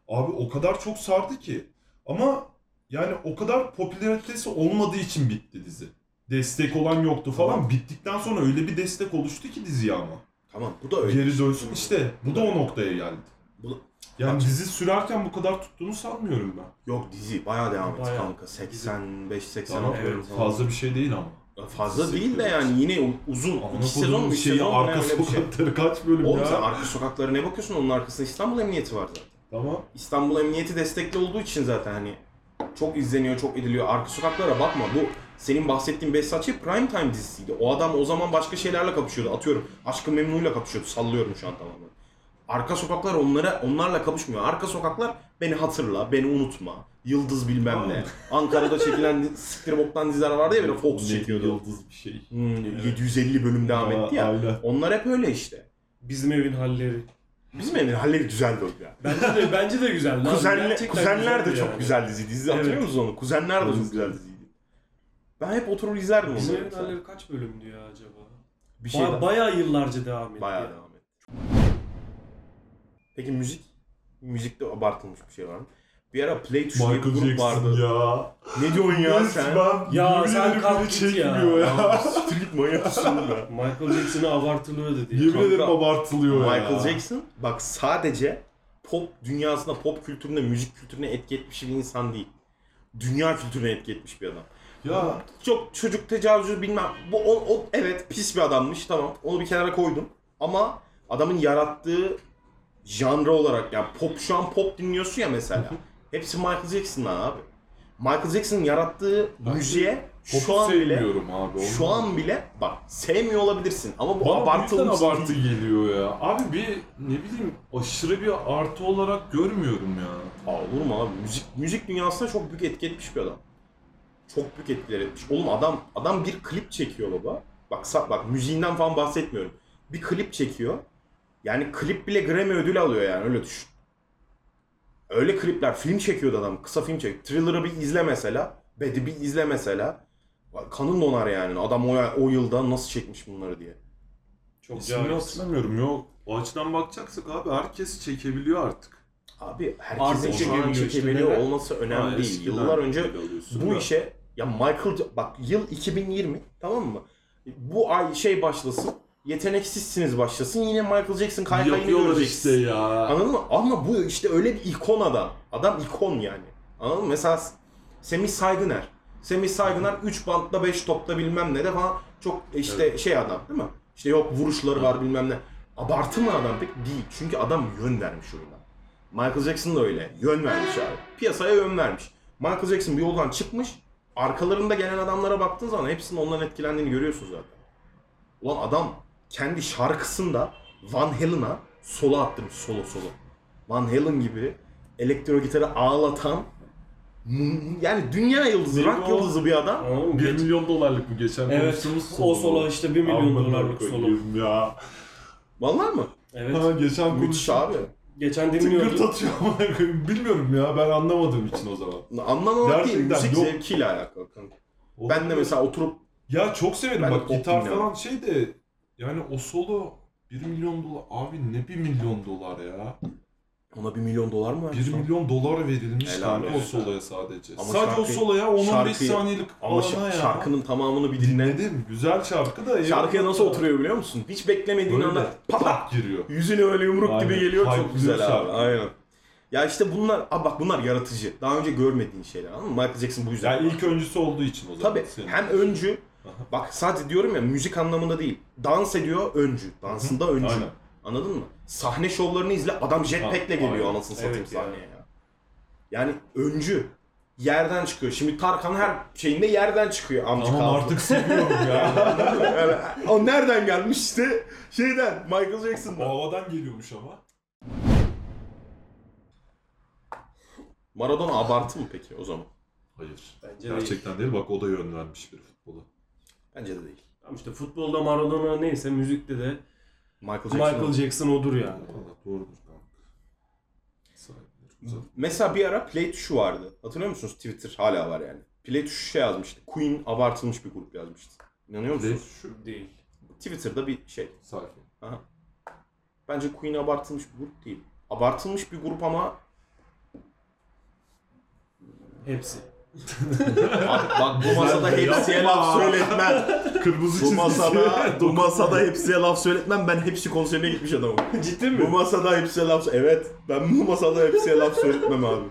Abi o kadar çok sardı ki. Ama yani o kadar popülaritesi olmadığı için bitti dizi. Destek olan yoktu falan. Bittikten sonra öyle bir destek oluştu ki diziye ama. Tamam bu da öyle. Geri dönsün işte. Bu da o noktaya geldi. Bu- Yani Bak- dizi sürerken bu kadar tuttuğunu sanmıyorum ben. Yok dizi bayağı devam etti Bayağı. kanka. 85-86 Tamam, bölüm evet, falan. fazla bir şey değil ama. Fazla Sekiz değil de bölüm. yani yine uzun. Ama İki sezon, sezon üç şeyi sezon falan arka öyle bir şey. sokakları kaç bölüm Oğlum ya? sen arka sokaklara ne bakıyorsun? Onun arkasında İstanbul Emniyeti var zaten. Tamam. İstanbul Emniyeti destekli olduğu için zaten hani çok izleniyor, çok ediliyor. Arka sokaklara bakma. Bu senin bahsettiğin Behzatçı prime time dizisiydi. O adam o zaman başka şeylerle kapışıyordu. Atıyorum Aşkı Memnu'yla kapışıyordu. Sallıyorum şu an tamamen. Arka sokaklar onlara onlarla kapışmıyor. Arka sokaklar beni hatırla, beni unutma. Yıldız bilmem ne. Ankara'da çekilen siktir boktan diziler vardı ya bir de Fox Ne çekiyordu. Yıldız bir şey. Hmm, 750 bölüm devam Aa, etti ya. aynen. Onlar hep öyle işte. Bizim evin halleri. Bizim evin halleri güzeldi o ya. Bence de, bence de güzel. lan. Kuzenler, Gerçekten kuzenler de güzeldi çok yani. güzel diziydi. Dizi hatırlıyor Evet. musunuz onu? Kuzenler de çok Evet. güzel diziydi. Ben hep oturur izlerdim Bizim onları. evin mesela. halleri kaç bölümdü ya acaba? Şey Bir şey Ba- daha. bayağı yıllarca devam etti. Bayağı ya. devam etti. Peki müzik? Müzikte abartılmış bir şey var mı? Bir ara Play Tuşu diye bir Michael grup Jackson vardı. ya. Ne diyorsun ya sen? Resmen Ya yemin sen ederim kalk beni git ya. çekmiyor Ya siktir git manyaksın ya. Michael Jackson'ı abartılıyordu diye. Yemin ederim Kanka, abartılıyor ya. Michael Jackson bak sadece pop dünyasında, pop kültüründe, müzik kültürüne etki etmiş bir insan değil. Dünya kültürüne etki etmiş bir adam. Ya çok çocuk tecavüzü bilmem. Bu o, o evet pis bir adammış tamam. Onu bir kenara koydum. Ama adamın yarattığı janra olarak yani pop şu an pop dinliyorsun ya mesela. Hepsi Michael Jackson'dan abi. Michael Jackson'ın yarattığı Ben müziğe şu Popu an bile sevmiyorum abi. şu olmaz. an bile bak sevmiyor olabilirsin ama bu Bana abartılmış. abartılmış abartı değil. geliyor ya. Abi bir ne bileyim aşırı bir artı olarak görmüyorum ya. Aa, olur mu abi? Müzik müzik dünyasına çok büyük etki etmiş bir adam. Çok büyük etkiler etmiş. Oğlum adam adam bir klip çekiyor baba. Bak sa- bak müziğinden falan bahsetmiyorum. Bir klip çekiyor. Yani klip bile Grammy ödülü alıyor yani öyle düşün. Öyle klipler film çekiyordu adam. Kısa film çek. Thriller'ı bir izle mesela. Bad'i bir izle mesela. Bak, Kanın donar yani. Adam o, o yılda nasıl çekmiş bunları diye. Çok İsmini cahil. hatırlamıyorum. Yo, o açıdan bakacaksak abi herkes çekebiliyor artık. Abi Artık herkesin çekebiliyor çekebiliyor, işte, çekebiliyor neden? olması önemli Ha, değil. eskiden Yıllar önce böyle alıyorsun bu da. işe ya Michael Ja- bak yıl 2020 tamam mı? Bu ay şey başlasın. Yeteneksizsiniz başlasın. Yine Michael Jackson kaykayını yapıyorlar göreceksin. işte ya. Anladın mı? Ama bu işte öyle bir ikon adam. Adam ikon yani. Anladın mı? Mesela Semih Saygıner. Semih Saygıner 3 bantla 5 topla bilmem ne de falan çok işte şey adam değil mi? İşte yok vuruşları var bilmem ne. Abartı mı adam pek? Değil. Çünkü adam yön vermiş oyuna. Michael Jackson da öyle. Yön vermiş abi. Piyasaya yön vermiş. Michael Jackson bir yoldan çıkmış. Arkalarında gelen adamlara baktığın zaman hepsinin ondan etkilendiğini görüyorsun zaten. Ulan adam kendi şarkısında Van Halen'a solo attırmış solo solo. Van Halen gibi elektro gitarı ağlatan m- yani dünya yıldızı, Benim rock o- yıldızı bir adam. Anladın mı? 1 milyon dolarlık mı geçen Evet. konuştuğumuz O solo solo mu? işte 1 milyon Amına dolarlık solo. koyayım Ya. Vallahi mı? Evet. Ha, geçen Müthiş konuştuk. şey abi. Geçen Tıngırt dinliyordum. atıyor amına koyayım. Bilmiyorum ya ben anlamadığım için o zaman. Anlamamak değil, Gerçekten müzik yok. zevkiyle alakalı. kanka. O- Ben de mesela oturup Ya çok severim Ben de bak koptum gitar ya. falan şey de yani o solo 1 milyon dolar abi ne 1 milyon dolar ya. ona bir milyon dolar mı 1 vermişler? milyon dolar verilmiş Helal kanka o olsun. soloya sadece. Ama sadece o şarkıyı- soloya 10-15 şarkıyı- saniyelik Ama şa- alana ya. şarkının tamamını bir dinle. Dinledim. Güzel şarkı da. Şarkıya nasıl oturuyor biliyor musun? Hiç beklemediğin Böyle anda papa tak giriyor. Yüzüne öyle yumruk Aynen. gibi geliyor Hype çok güzel diyorsa. abi. Aynen. Ya işte bunlar, abi bak bunlar yaratıcı. Daha önce görmediğin şeyler anladın mı? Michael Jackson bu yüzden. Yani ilk öncüsü olduğu için o zaman. Tabii senin. hem öncü, Aha. bak sadece diyorum ya müzik anlamında değil. Dans ediyor öncü, dansında öncü. Aynen. Anladın mı? Sahne şovlarını izle adam jetpack'le aynen. geliyor anasını satayım Evet yani. sahneye ya. Yani öncü yerden çıkıyor. Şimdi Tarkan her şeyinde yerden çıkıyor amca Tamam kaldı. artık seviyorum ya. *laughs* Yani o nereden gelmiş işte şeyden Michael o Jackson'dan. havadan geliyormuş ama. Maradona abartı mı peki o zaman? Hayır. Bence değil. Gerçekten değil. Bak o da yön vermiş bir futbola. Bence de değil. Tamam işte futbolda Maradona neyse müzikte de Michael Jackson. Michael Jackson odur yani. Valla doğrudur. Tamam. Sahipleri güzel. Mesela bir ara Play tuşu vardı. Hatırlıyor musunuz? Twitter hala var yani. Play tuşu şey yazmıştı. Queen abartılmış bir grup yazmıştı. İnanıyor Ve musunuz? şu Değil. Twitter'da bir şey. sayfa. *laughs* Bence Queen abartılmış bir grup değil. Abartılmış bir grup ama *laughs* Hepsi. bak, bak bu masada hepsiye laf söyletmem. Kırmızı *laughs* Bu çizgisi. *laughs* masada bu masada hepsiye laf söyletmem. Ben hepsi konserine gitmiş *laughs* adamım. Ciddi Bu masada hepsiye laf Evet. Ben bu masada hepsiye laf söyletmem abi.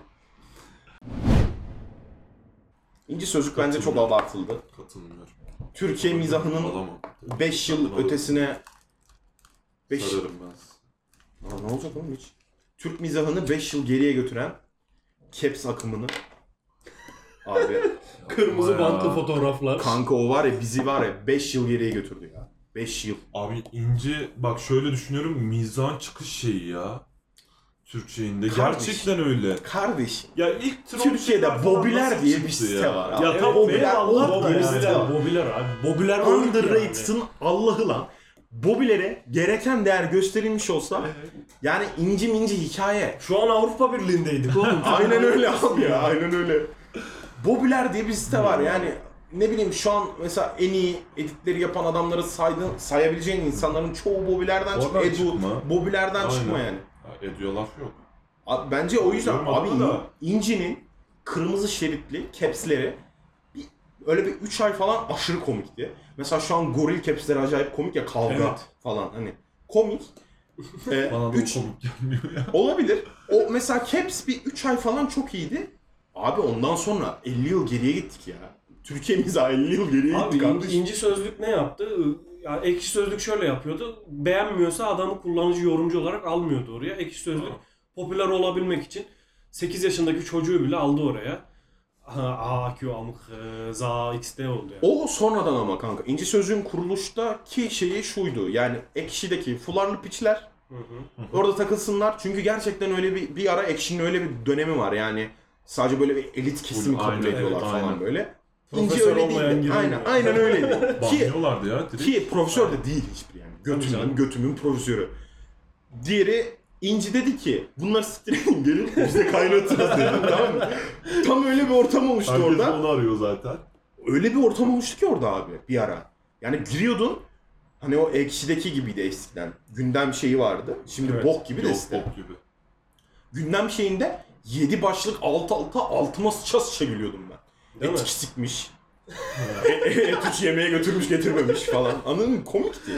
İnci Sözlük bence çok abartıldı. Katılmıyorum. Türkiye Şey mizahının Alamam. 5 yıl Anlamadım. ötesine 5 Sararım ben. ne olacak oğlum hiç? Türk mizahını 5 yıl geriye götüren Caps akımını *laughs* abi Kırmızı Ya. bantlı fotoğraflar. kanka o var ya bizi var ya 5 yıl geriye götürdü ya. 5 yıl. Abi ince bak şöyle düşünüyorum mizan çıkış şeyi ya. Türk şeyinde. Kardeş. Gerçekten öyle. Kardeş Ya ilk troll şeyler Türkiye'de falan Bobiler nasıl diye bir çıktı site ya? var abi. Ya Ya tam tabii Bobiler, Bobiler, Allah Bobiler, diye bir site Bobiler, var. Bobiler abi. Bobiler Underrated'ın Allah'ı lan. Bobilere gereken değer gösterilmiş olsa yani inci minci hikaye. Şu an Avrupa Birliği'ndeydik oğlum. Aynen öyle abi ya. Aynen öyle. Hmm. Bobiler diye bir site var yani ne bileyim şu an mesela en iyi editleri yapan adamları saydığın, sayabileceğin insanların çoğu Bobilerden çıkma. Oradan Edu, çıkma. Bobilerden Aynen. çıkma yani. Ha, Ediyor laf yok. Abi bence o yüzden Diyorum abi adamı da. İnci'nin kırmızı şeritli capsleri bir- öyle bir 3 ay falan aşırı komikti. Mesela şu an goril capsleri acayip komik ya kavga Evet. falan hani *laughs* komik. Ee, Bana da üç- o komik gelmiyor ya. Olabilir. O mesela Caps bir 3 ay falan çok iyiydi. Abi ondan sonra 50 yıl geriye gittik ya. Türkiye mizahı 50 yıl geriye Abi gittik inci, kardeş. inci sözlük ne yaptı? Yani ekşi sözlük şöyle yapıyordu. Beğenmiyorsa adamı kullanıcı yorumcu olarak almıyordu oraya. Ekşi sözlük popüler olabilmek için 8 yaşındaki çocuğu bile aldı oraya. Ha, A, Q, Amık, e, Za, XD oldu yani. O sonradan ama kanka. İnci Sözlüğün kuruluştaki şeyi şuydu. Yani ekşideki fularlı piçler Hı hı. orada takılsınlar. Çünkü gerçekten öyle bir, bir ara ekşinin öyle bir dönemi var. Yani sadece böyle bir elit kesimi kabul Aynen, ediyorlar evet, falan aynen. böyle. İnci Profesör öyle olmayan değildi. giremiyor. Aynen, aynen *laughs* öyleydi. Ki Banlıyorlardı ya direkt. Ki profesör de değil hiçbir yani. canım. Götümün, götümün profesörü. Diğeri İnci dedi ki bunları siktirin gelin biz de kaynatırız dedi *laughs* tamam mı? Tam öyle bir ortam oluştu Herkes orada. onu arıyor zaten. Öyle bir ortam oluştu ki orada abi bir ara. Yani giriyordun Hani o ekşideki gibiydi eskiden. Gündem şeyi vardı. Şimdi Evet. bok gibi de Yok, site. Bok gibi. Gündem şeyinde 7 başlık alt alta altıma sıça sıça gülüyordum ben. Değil et mi? sikmiş. E- e- et üç yemeğe götürmüş getirmemiş falan. Anladın mı? Komikti.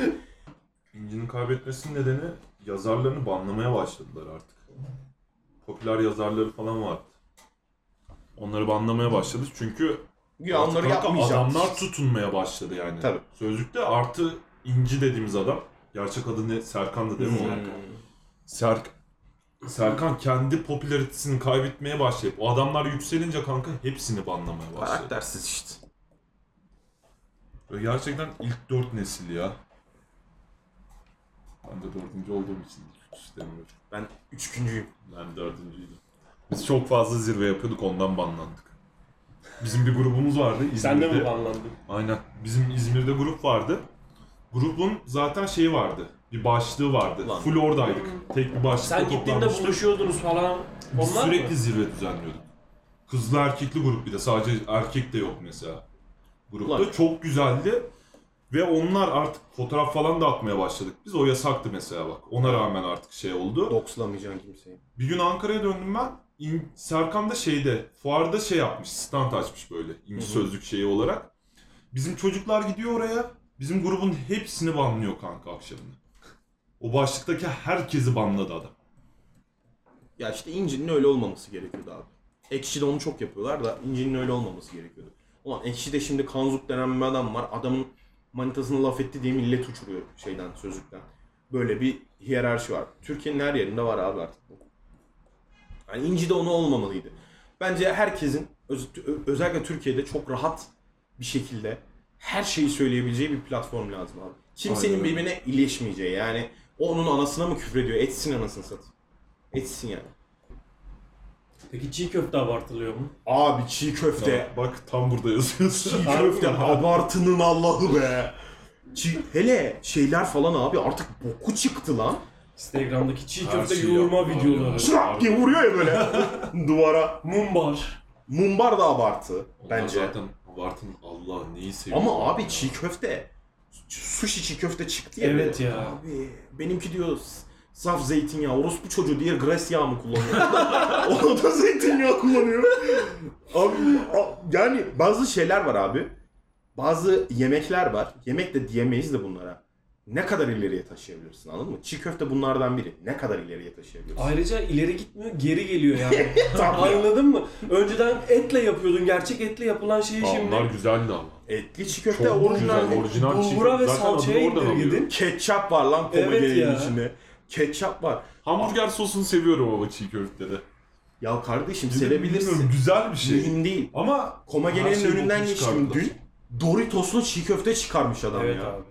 İnci'nin kaybetmesinin nedeni yazarlarını banlamaya başladılar artık. Popüler yazarları falan vardı. Onları banlamaya başladı çünkü Ya artık onları kanka yapmayacağım. adamlar tutunmaya başladı yani. Tabii. Sözlükte artı İnci dediğimiz adam. Gerçek adı ne? Serkan'dı değil mi Hmm. onun? Serk Serkan kendi popülaritesini kaybetmeye başlayıp o adamlar yükselince kanka hepsini banlamaya başladı. Karaktersiz işte. Ve gerçekten ilk dört nesil ya. Ben de dördüncü olduğum için hiç istemiyorum. Ben üçüncüyüm. Ben dördüncüydüm. Biz çok fazla zirve yapıyorduk ondan banlandık. Bizim bir grubumuz vardı İzmir'de. Sen de mi banlandın? Aynen. Bizim İzmir'de grup vardı. Grubun zaten şeyi vardı. Bir başlığı vardı. Lan. Full oradaydık. Tek bir başlıkta Hmm. Sen gittiğinde toplanmıştık. buluşuyordunuz falan. Biz Onlar sürekli mı? zirve düzenliyorduk. Kızlı erkekli grup bir de sadece erkek de yok mesela. Grupta Ulan. çok güzeldi. Ve onlar artık fotoğraf falan da atmaya başladık. Biz o yasaktı mesela bak. Ona rağmen artık şey oldu. Doksulamayacaksın kimseyi. Bir gün Ankara'ya döndüm ben. İn- Serkan da şeyde, fuarda şey yapmış, stand açmış böyle İnci Hı hı. Sözlük şeyi olarak. Bizim çocuklar gidiyor oraya, bizim grubun hepsini banlıyor kanka akşamına. O başlıktaki herkesi banladı adam. Ya işte İnci'nin öyle olmaması gerekiyordu abi. Ekşi'de onu çok yapıyorlar da İnci'nin öyle olmaması gerekiyordu. Ulan Ekşi'de şimdi Kanzuk denen bir adam var. Adamın manitasını laf etti diye millet uçuruyor şeyden sözlükten. Böyle bir hiyerarşi var. Türkiye'nin her yerinde var abi artık bu. Yani İnci'de onu olmamalıydı. Bence herkesin öz- ö- özellikle Türkiye'de çok rahat bir şekilde her şeyi söyleyebileceği bir platform lazım abi. Kimsenin Aynen öyle. birbirine iyileşmeyeceği yani o onun anasına mı küfrediyor? Etsin anasını satayım. Etsin yani. Peki çiğ köfte abartılıyor mu? Abi çiğ köfte. Ya bak tam burada yazıyorsun. Çiğ köfte abartının Allah'ı be. Çiğ, hele şeyler falan abi artık boku çıktı lan. Instagram'daki çiğ Her şey köfte şeyi yoğurma yapıyorlar ya. videoları. Şırap diye vuruyor ya böyle *laughs* duvara. Mumbar. Mumbar da abartı Onlar *laughs* bence. Zaten abartın Allah neyi seviyor. Ama abi ya. çiğ köfte. Sushi çiğ köfte çıktı ya. Evet böyle. ya. Abi benimki diyor s- saf zeytinyağı. Orospu çocuğu diye gres yağı mı *laughs* kullanıyor? o da zeytinyağı kullanıyor. abi a- yani bazı şeyler var abi. Bazı yemekler var. Yemek de diyemeyiz de bunlara. Ne kadar ileriye taşıyabilirsin anladın mı? Çiğ köfte bunlardan biri. Ne kadar ileriye taşıyabilirsin? Ayrıca ileri gitmiyor, geri geliyor *laughs* yani. Tam ya. Anladın mı? Önceden etle yapıyordun, gerçek etle yapılan şeyi Aa, şimdi Onlar güzeldi ama. Etli çiğ Çok köfte orijinal. güzel, orijinal çiğ bulgura ve Zaten salçaya adını oradan indirgedin. alıyorum. Ketçap var lan Evet komedinin ya. içine. Ketçap var. Hamburger sosunu seviyorum ama çiğ köftede. Ya kardeşim Bilmiyorum, sevebilirsin. Güzel bir şey. Mühim değil. Ama Komagene'nin Her şeyi önünden bokunu geçtim çıkardılar. dün. Doritos'lu çiğ köfte çıkarmış adam Evet ya. abi.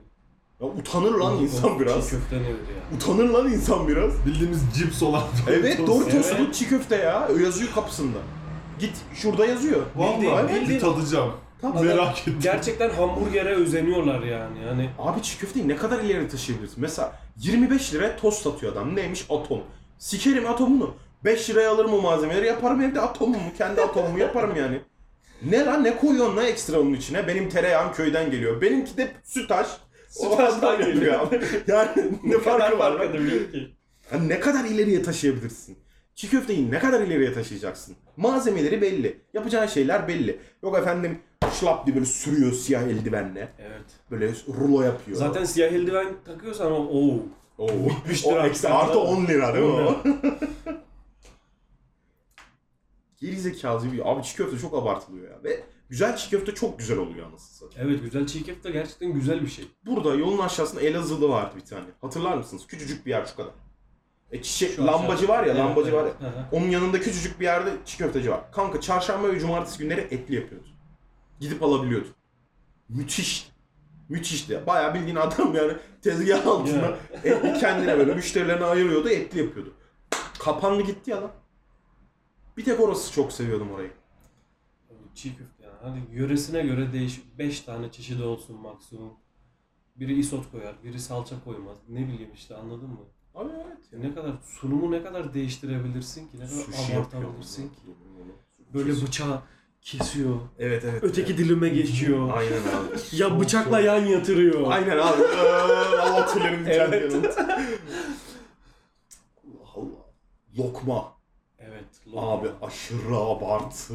Ya utanır lan insan biraz. Çiğ köfte nedir ya? Utanır lan insan biraz. bildiğimiz cips olan Evet Doritos'lu Evet. çiğ köfte ya. Yazıyor kapısında. Git şurada yazıyor. *laughs* Vallahi Bildiğin- bir tadacağım. Tamam. Merak ettim. Gerçekten hamburgere özeniyorlar yani. Hani Yani Abi çiğ köfteyi ne kadar ileri taşıyabilirsin? Mesela 25 liraya tost satıyor adam. Neymiş? Atom. Sikerim atomunu. 5 liraya alırım o malzemeleri yaparım evde atomumu. Kendi atomumu yaparım yani. Ne lan ne koyuyorsun lan ekstra onun içine? Benim tereyağım köyden geliyor. Benimki de sütaş. Sütaş'tan geliyor. *laughs* abi. Yani ne farkı var? lan? edebiliyor ki? Yani ne kadar ileriye taşıyabilirsin? Çiğ köfteyi ne kadar ileriye taşıyacaksın? Malzemeleri belli. Yapacağın şeyler belli. Yok efendim şlap diye böyle sürüyor siyah eldivenle. Evet. Böyle rulo yapıyor. Zaten siyah eldiven takıyorsan o ooo. *laughs* Oo. O O eksi- artı 10 lira değil mi On o? *laughs* Gerizekalı bir abi çiğ köfte çok abartılıyor ya. Ve güzel çiğ köfte çok güzel oluyor anasını satayım. Evet güzel çiğ köfte gerçekten güzel bir şey. Burada yolun aşağısında Elazığlı vardı bir tane. Hatırlar mısınız? Küçücük bir yer şu kadar. E çiçek, Şu lambacı aşağı- var ya, Evet, lambacı var ya. evet. Hı hı. Onun yanında küçücük bir yerde çiğ köfteci var. Kanka çarşamba ve cumartesi günleri etli yapıyordu. Gidip alabiliyordu. Müthiş. Müthişti. Bayağı bildiğin adam yani tezgah altına Ya. etli kendine böyle müşterilerine ayırıyordu etli yapıyordu. Kapandı gitti ya lan. Bir tek orası çok seviyordum orayı. Çiğ köfte yani. Hadi yöresine göre değişik 5 tane çeşidi olsun maksimum. Biri isot koyar, biri salça koymaz. Ne bileyim işte anladın mı? Abi evet. Ne kadar sunumu ne kadar değiştirebilirsin ki? Ne kadar abartabilirsin ki? Böyle bıçağı kesiyor. Evet evet. Öteki dilime *laughs* geçiyor. Aynen abi. Ya bıçakla yan yatırıyor. Aynen *laughs* abi. Ee, Allah tüylerim diken Evet. diken oldu. *laughs* Allah Allah. Lokma. Evet. Abi aşırı abartı.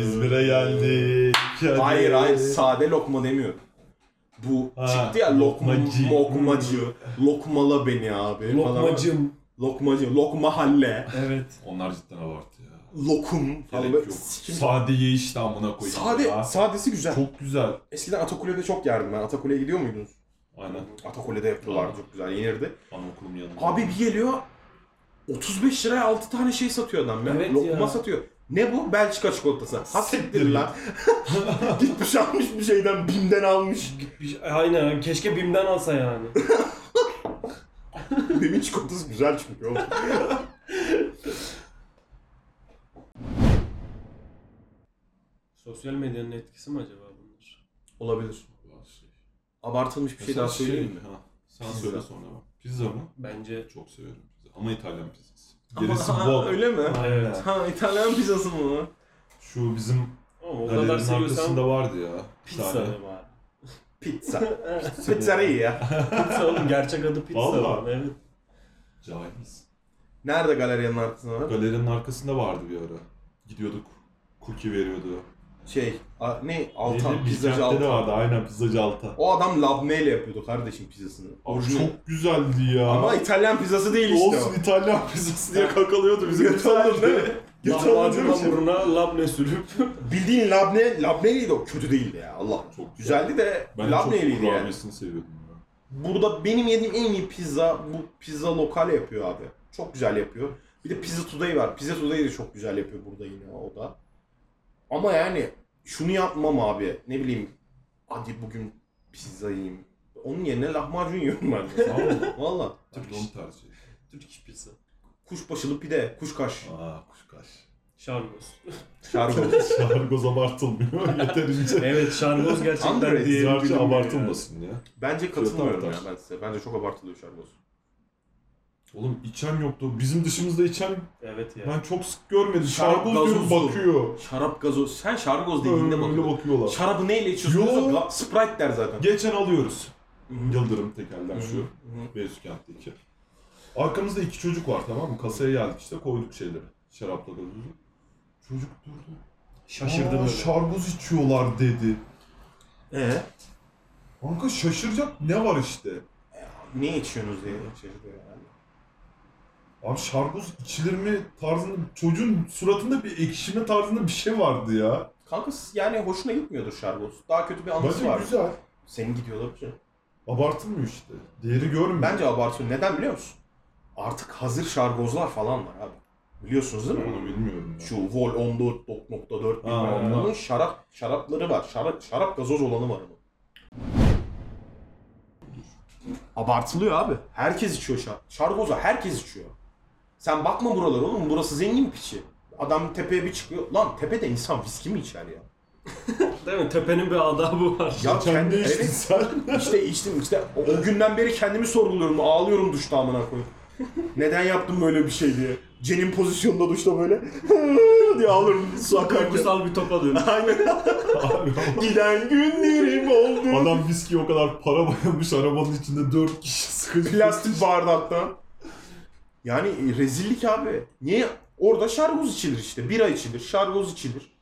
İzmir'e geldik. Hadi. Hayır hayır sade lokma demiyor. Bu Ha, çıktı ya lokma, lokmacı. lokmacı. Lokmala beni abi. falan. Lokmacım. Lokmacı. Lokmahalle. Evet. Onlar cidden abarttı ya. Lokum. falan Gerek böyle yok. sikim. Sadeyi işte amına koyayım. Sade, ya. sadesi güzel. Çok güzel. Eskiden Atakule'de çok yerdim ben. Atakule'ye gidiyor muydunuz? Aynen. Atakule'de yapıyorlardı çok güzel. Yenirdi. Anaokulum yanında. Abi bir geliyor 35 liraya 6 tane şey satıyor adam ya. Evet Lokma ya. satıyor. Ne bu? Belçika çikolatası. Hasettir lan. *laughs* Gitmiş almış bir şeyden, Bim'den almış. Bir şey- Aynen. Keşke BİM'den alsa yani. Bim'in çikolatası güzel çünkü oğlum. Sosyal medyanın etkisi mi acaba bunlar? Olabilir. Vallahi şey. Abartılmış bir şey Mesela daha söyleyeyim mi? Ha, sen Pizza. söyle sonra bak. Pizza mı? Bence. Çok severim pizza. Ama İtalyan pizzası. Ama- *laughs* Gerisi Aha, bok. Öyle mi? Evet. Ha İtalyan pizzası mı? Şu bizim Ama o kadar galerinin seviyorsan arkasında vardı ya. bir pizza tane. de var. *laughs* Pizza. Pizzeria. pizza oğlum gerçek adı pizza. Vallahi. lan, Evet. Cahiliz. Nerede galeriyanın arkasında var? Galerinin arkasında vardı bir ara. Gidiyorduk. Cookie veriyordu. Şey, a- ne? Neydi? Altan, pizzacı Bilkent'te de Altan. vardı. Aynen pizzacı Altan. O adam labneyle yapıyordu kardeşim pizzasını. Abi Orijinal. çok güzeldi ya. Ama İtalyan pizzası değil işte Olsun İtalyan pizzası diye kakalıyordu bizi. Götü alır değil mi? Götü alır değil Lahmacun mi? hamuruna labne sürüp *laughs* Bildiğin labne, labneliydi o. Kötü değildi ya Allah. Çok Güzeldi de Ben de çok labneliydi yani. kurabiyesini seviyordum ya. Burada benim yediğim en iyi pizza bu pizza lokal yapıyor abi. Çok güzel yapıyor. Bir de Pizza Today var. Pizza Today de çok güzel yapıyor burada yine o da. Ama yani şunu yapmam abi. Ne bileyim hadi bugün pizza yiyeyim. Onun yerine lahmacun yiyorum ben. *laughs* Tamam mı? Valla. Ben de onu tercih ettim. Türk iş pizza. Kuşbaşılı pide, kuşkaş, Aa kuşkaş. Şargoz. şargo. Şargoz *laughs* abartılmıyor yeterince. *laughs* evet şargoz gerçekten Andre, diye. Zarco Gerçi abartılmasın ya. Bence katılmıyorum ya Fiyatı artar. ben size. Bence çok abartılıyor şargoz. Oğlum içen yoktu. Bizim dışımızda içen Evet ya. ben çok sık görmedim. Şarap Şargoz diyorum gazozlu. bakıyor. Şarap gazoz. Sen şargoz dediğinde Öyle bakıyorsun. bakıyorlar. Şarabı neyle içiyorsun? Yo. Ga- Sprite der zaten. Geçen alıyoruz. Hı hı. Yıldırım tekerden şu. Hı hı. Beysukent'teki. Arkamızda iki çocuk var tamam mı? Kasaya geldik işte koyduk şeyleri. Şarapla gazozu. Çocuk durdu. Şaşırdı Aa, böyle. Şargoz içiyorlar dedi. Ee? Kanka şaşıracak ne var işte. Ne içiyorsunuz diye şaşırıyor yani. Abi şargoz içilir mi tarzında çocuğun suratında bir ekşime tarzında bir şey vardı ya. Kanka s- yani hoşuna gitmiyordur şargoz. Daha kötü bir anısı Bence var. güzel. Senin gidiyor olabilir. Abartılmıyor işte. Değeri görmüyor. Bence abartıyor. Neden biliyor musun? Artık hazır şargozlar falan var abi. Biliyorsunuz değil mi? onu bilmiyorum. Ben. Şu Vol 14.4 Ha, bilmem ne. Bunun şarap, şarapları var. Şarap, şarap gazoz olanı var onun. Abartılıyor abi. Herkes içiyor şar şargoza. Herkes içiyor. Sen bakma buralara oğlum. Burası zengin piçi. Adam tepeye bir çıkıyor. Lan tepede insan viski mi içer ya? Değil mi? Tepenin bir adabı var. Sen Ya kendi ne içtin evet, *laughs* sen? işte içtim işte. O, o günden beri kendimi sorguluyorum. Ağlıyorum duşta amına koyayım. Neden yaptım böyle bir şey diye. Cenin pozisyonunda duşta böyle *laughs* diye ağlıyorum su akarken. Duygusal bir topa dönüş. Aynen. Abi, Giden günlerim oldu. Adam viskiye o kadar para bayılmış arabanın içinde dört kişi sıkıcı. *laughs* Plastik bardaktan. Yani e, rezillik abi. Niye? Orada şargoz içilir işte. Bira içilir, şargoz içilir.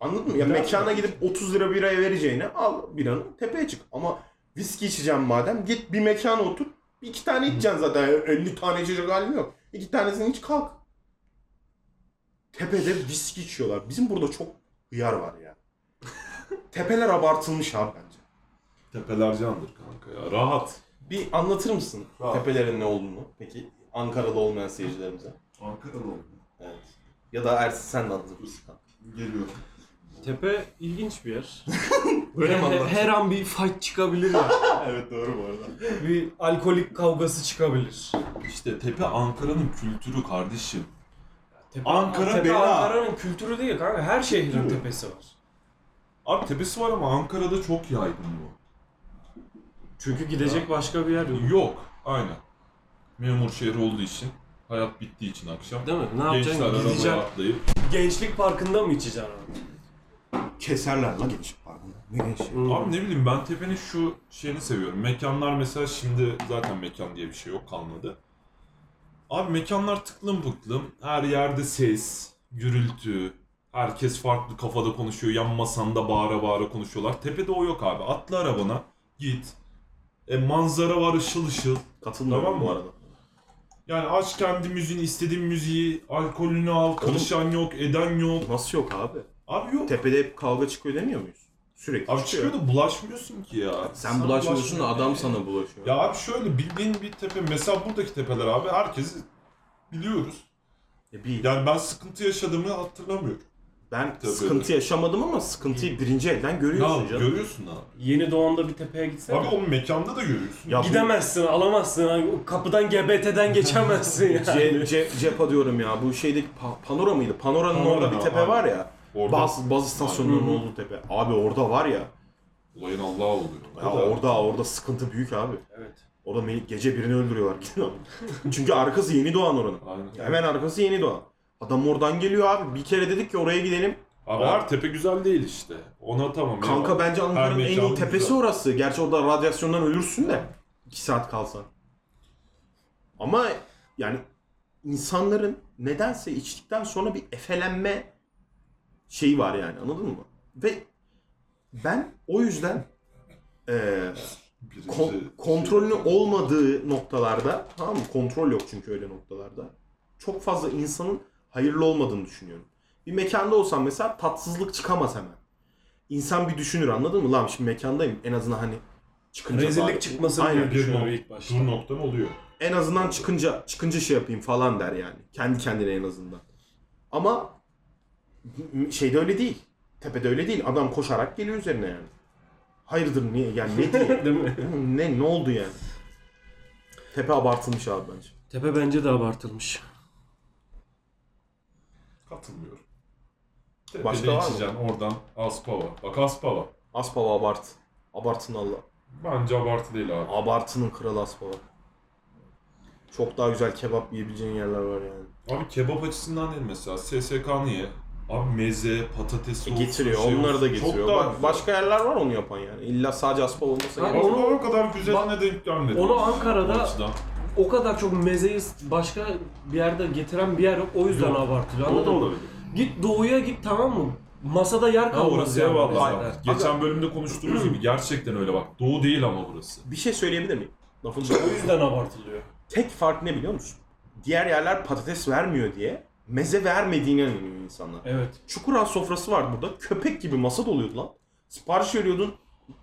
Anladın mı? Ya Bira mekana mı? gidip 30 lira biraya vereceğine al biranı tepeye çık. Ama viski içeceğim madem git bir mekana otur. İki tane içeceksin zaten. 50 tane içecek halim yok. İki tanesini iç kalk. Tepede viski içiyorlar. Bizim burada çok hıyar var ya. *laughs* Tepeler abartılmış abi bence. Tepeler candır kanka ya. Rahat. Bir anlatır mısın Rahat. tepelerin ne olduğunu? Peki Ankaralı olmayan seyircilerimize. Ankara'da oldu. Evet. Ya da Ersin sen de anlatabilirsin. Geliyor. Tepe ilginç *laughs* bir yer. Öyle mi her, anlatayım? her an bir fight çıkabilir yani. evet doğru bu arada. *laughs* bir alkolik kavgası çıkabilir. İşte tepe Ankara'nın kültürü kardeşim. Tepe, Ankara tepe bela. Ankara'nın kültürü değil kanka. Her şehrin Değil mi? tepesi var. Abi tepesi var ama Ankara'da çok yaygın bu. Çünkü gidecek başka bir yer yok. Yok. Aynen. Memur şehri olduğu için. Hayat bittiği için akşam. Değil mi? Ne Gençler yapacaksın? arabaya Gideceksin. atlayıp. Gençlik parkında mı içeceksin abi? Keserler la genç pardon. Ne genç? Hı. Abi ne bileyim ben tepenin şu şeyini seviyorum. Mekanlar mesela şimdi zaten mekan diye bir şey yok kalmadı. Abi mekanlar tıklım bıklım. Her yerde ses, gürültü. Herkes farklı kafada konuşuyor. Yan masanda bağıra bağıra konuşuyorlar. Tepede o yok abi. Atla arabana. Git. E, manzara var ışıl ışıl. Katılmıyorum Tamam mı? bu arada. Yani aç kendi müziğini, istediğin müziği, alkolünü al, konuşan yok, eden yok. Nasıl yok abi? Abi yok. Tepede hep kavga çıkıyor demiyor muyuz? Sürekli Abi çıkıyor da bulaşmıyorsun ki ya. Sen bulaşmıyorsun da bulaşmıyorsun adam yani. sana bulaşıyor. Ya abi şöyle bildiğin bir tepe mesela buradaki tepeler abi herkesi biliyoruz. E bir, Yani ben sıkıntı yaşadığımı hatırlamıyorum. ben Tabii. sıkıntı yaşamadım ama sıkıntıyı birinci elden görüyorsun Ya, canım. görüyorsun abi. Yeni doğanda bir tepeye gitsene. Abi o mekanda da görüyorsun. Ya bu- Gidemezsin, alamazsın. Hani o Kapıdan GBT'den *laughs* geçemezsin yani. Ce, ce, cepa diyorum ya bu şeydeki pa, panora mıydı? Panoranın Panora, orada bir tepe aynen. var ya. Orada Bazı, bazı istasyonların Hı hı. olduğu tepe. Abi orada var ya. olayın Allah oluyor. Ya orada orada sıkıntı büyük abi. Evet. Orada me- gece birini öldürüyorlar. *laughs* gidin abi. Çünkü arkası yeni doğan oranın. Aynen. Hemen arkası yeni doğan. Adam oradan geliyor abi. Bir kere dedik ki oraya gidelim. Abi her tepe güzel değil işte. Ona tamam. Kanka eyvallah. bence Ankara'nın en iyi mekanı tepesi güzel. orası. Gerçi orada radyasyondan ölürsün de. 2 saat kalsan. Ama yani insanların nedense içtikten sonra bir efelenme şeyi var yani anladın mı? Ve ben o yüzden eee Birinci kon- şey- kontrolünü olmadığı noktalarda tamam mı? Kontrol yok çünkü öyle noktalarda. Çok fazla insanın hayırlı olmadığını düşünüyorum. Bir mekanda olsam mesela tatsızlık çıkamaz hemen. İnsan bir düşünür anladın mı? Lan şimdi mekandayım en azından hani çıkınca bari- Rezillik çıkmasın Aynen. diye düşünüyor Bir ilk başta. Dur noktam oluyor. En azından çıkınca çıkınca şey yapayım falan der yani. Kendi kendine en azından. Ama m- şeyde öyle değil. Tepede öyle değil. Adam koşarak geliyor üzerine yani. Hayırdır niye yani ne *laughs* diye. Değil mi? ne ne oldu yani? Tepe abartılmış abi bence. Tepe bence de abartılmış. Katılmıyorum. Tepede Başka var mı? içeceksin oradan Aspava. Bak Aspava. Aspava abart. Abartın Allah. Bence abartı değil abi. Abartının kralı Aspava. Çok daha güzel kebap yiyebileceğin yerler var yani. Abi kebap açısından değil mesela. SSK'nı ye. Abi meze, patatesi E, getiriyor. olsun, şey onları da olsun. getiriyor. Çok daha Bak, güzel. başka yerler var onu yapan yani. İlla sadece Aspava olmasa Ha, gerek. Bak, Onu- o kadar güzeline denk gelmedi. Onu O Ankara'da açıdan. o kadar çok mezeyi başka bir yerde getiren bir yer yok. O yüzden Yok. abartılıyor. O da Anladın mı? olabilir. Git doğuya git tamam mı? Masada yer Ha kalmaz orası yani. eyvallah. mesela. Geçen bölümde konuştuğumuz gibi gerçekten öyle bak. Doğu değil ama burası. Bir şey söyleyebilir miyim? Lafın O yüzden abartılıyor. Tek fark ne biliyor musun? Diğer yerler patates vermiyor diye meze vermediğine inanıyor insanlar. Evet. Çukuran sofrası var burada. Köpek gibi masa doluyordu lan. Sipariş veriyordun.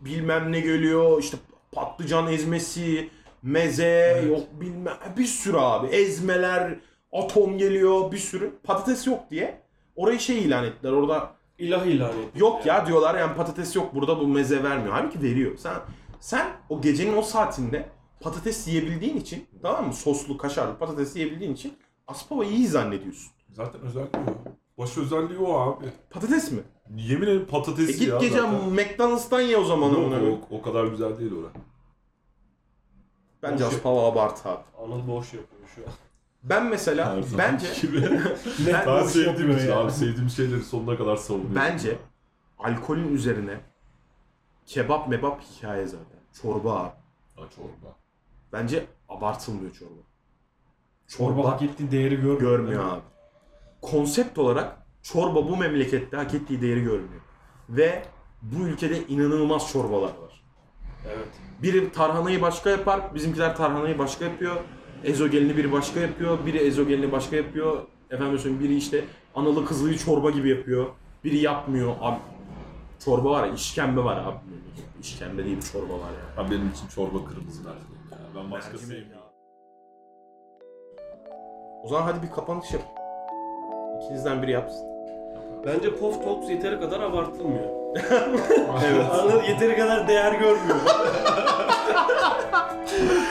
Bilmem ne geliyor. işte patlıcan ezmesi, meze, Evet. yok bilmem bir sürü abi. Ezmeler, atom geliyor bir sürü. Patates yok diye. Orayı şey ilan ettiler. Orada İlah ilan ediyor. yok ya diyorlar yani patates yok burada bu meze vermiyor. Halbuki veriyor. Sen sen o gecenin o saatinde patates yiyebildiğin için tamam mı? Soslu, kaşarlı patates yiyebildiğin için Aspava'yı iyi zannediyorsun. Zaten özelliği o. Baş özelliği o abi. Patates mi? Yemin ederim E patatesi ya git gece zaten. McDonald's'tan ye o zaman amına Yok, koyayım. yok, o kadar güzel değil orası. Bence Aspava abart abi. Anıl boş yapıyor şu an. Ben mesela Her zaman bence *laughs* gibi. Ne ben boş sevdiğim yapıyor için ya. abi sevdiğim şeyleri sonuna kadar savunuyorum. bence alkolün üzerine kebap mebap hikaye zaten. Çorba abi. Ha, çorba. Bence abartılmıyor çorba. Çorba Çorba hak ettiği değeri görmüyor. görmüyor abi. Konsept olarak çorba bu memlekette hak ettiği değeri görmüyor. Ve bu ülkede inanılmaz çorbalar var. Evet. Biri tarhanayı başka yapar, bizimkiler tarhanayı başka yapıyor. Ezogelini biri başka yapıyor, biri ezogelini başka yapıyor. Efendim söyleyeyim biri işte analı kızlıyı çorba gibi yapıyor. Biri yapmıyor abi. Çorba var ya, işkembe var abi. İşkembe değil çorba var ya. Ha, benim için çorba kırmızı mercimek ya. Ben başka Mercimek sevmiyorum. O zaman hadi bir kapanış yap. İkinizden biri yapsın. Bence Puff Talks yeteri kadar abartılmıyor. Evet. Anıl yeteri kadar değer görmüyor.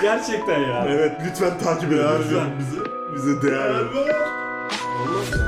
Gerçekten ya. Evet lütfen takip edin. bizi. Bize değer verin. Olmaz.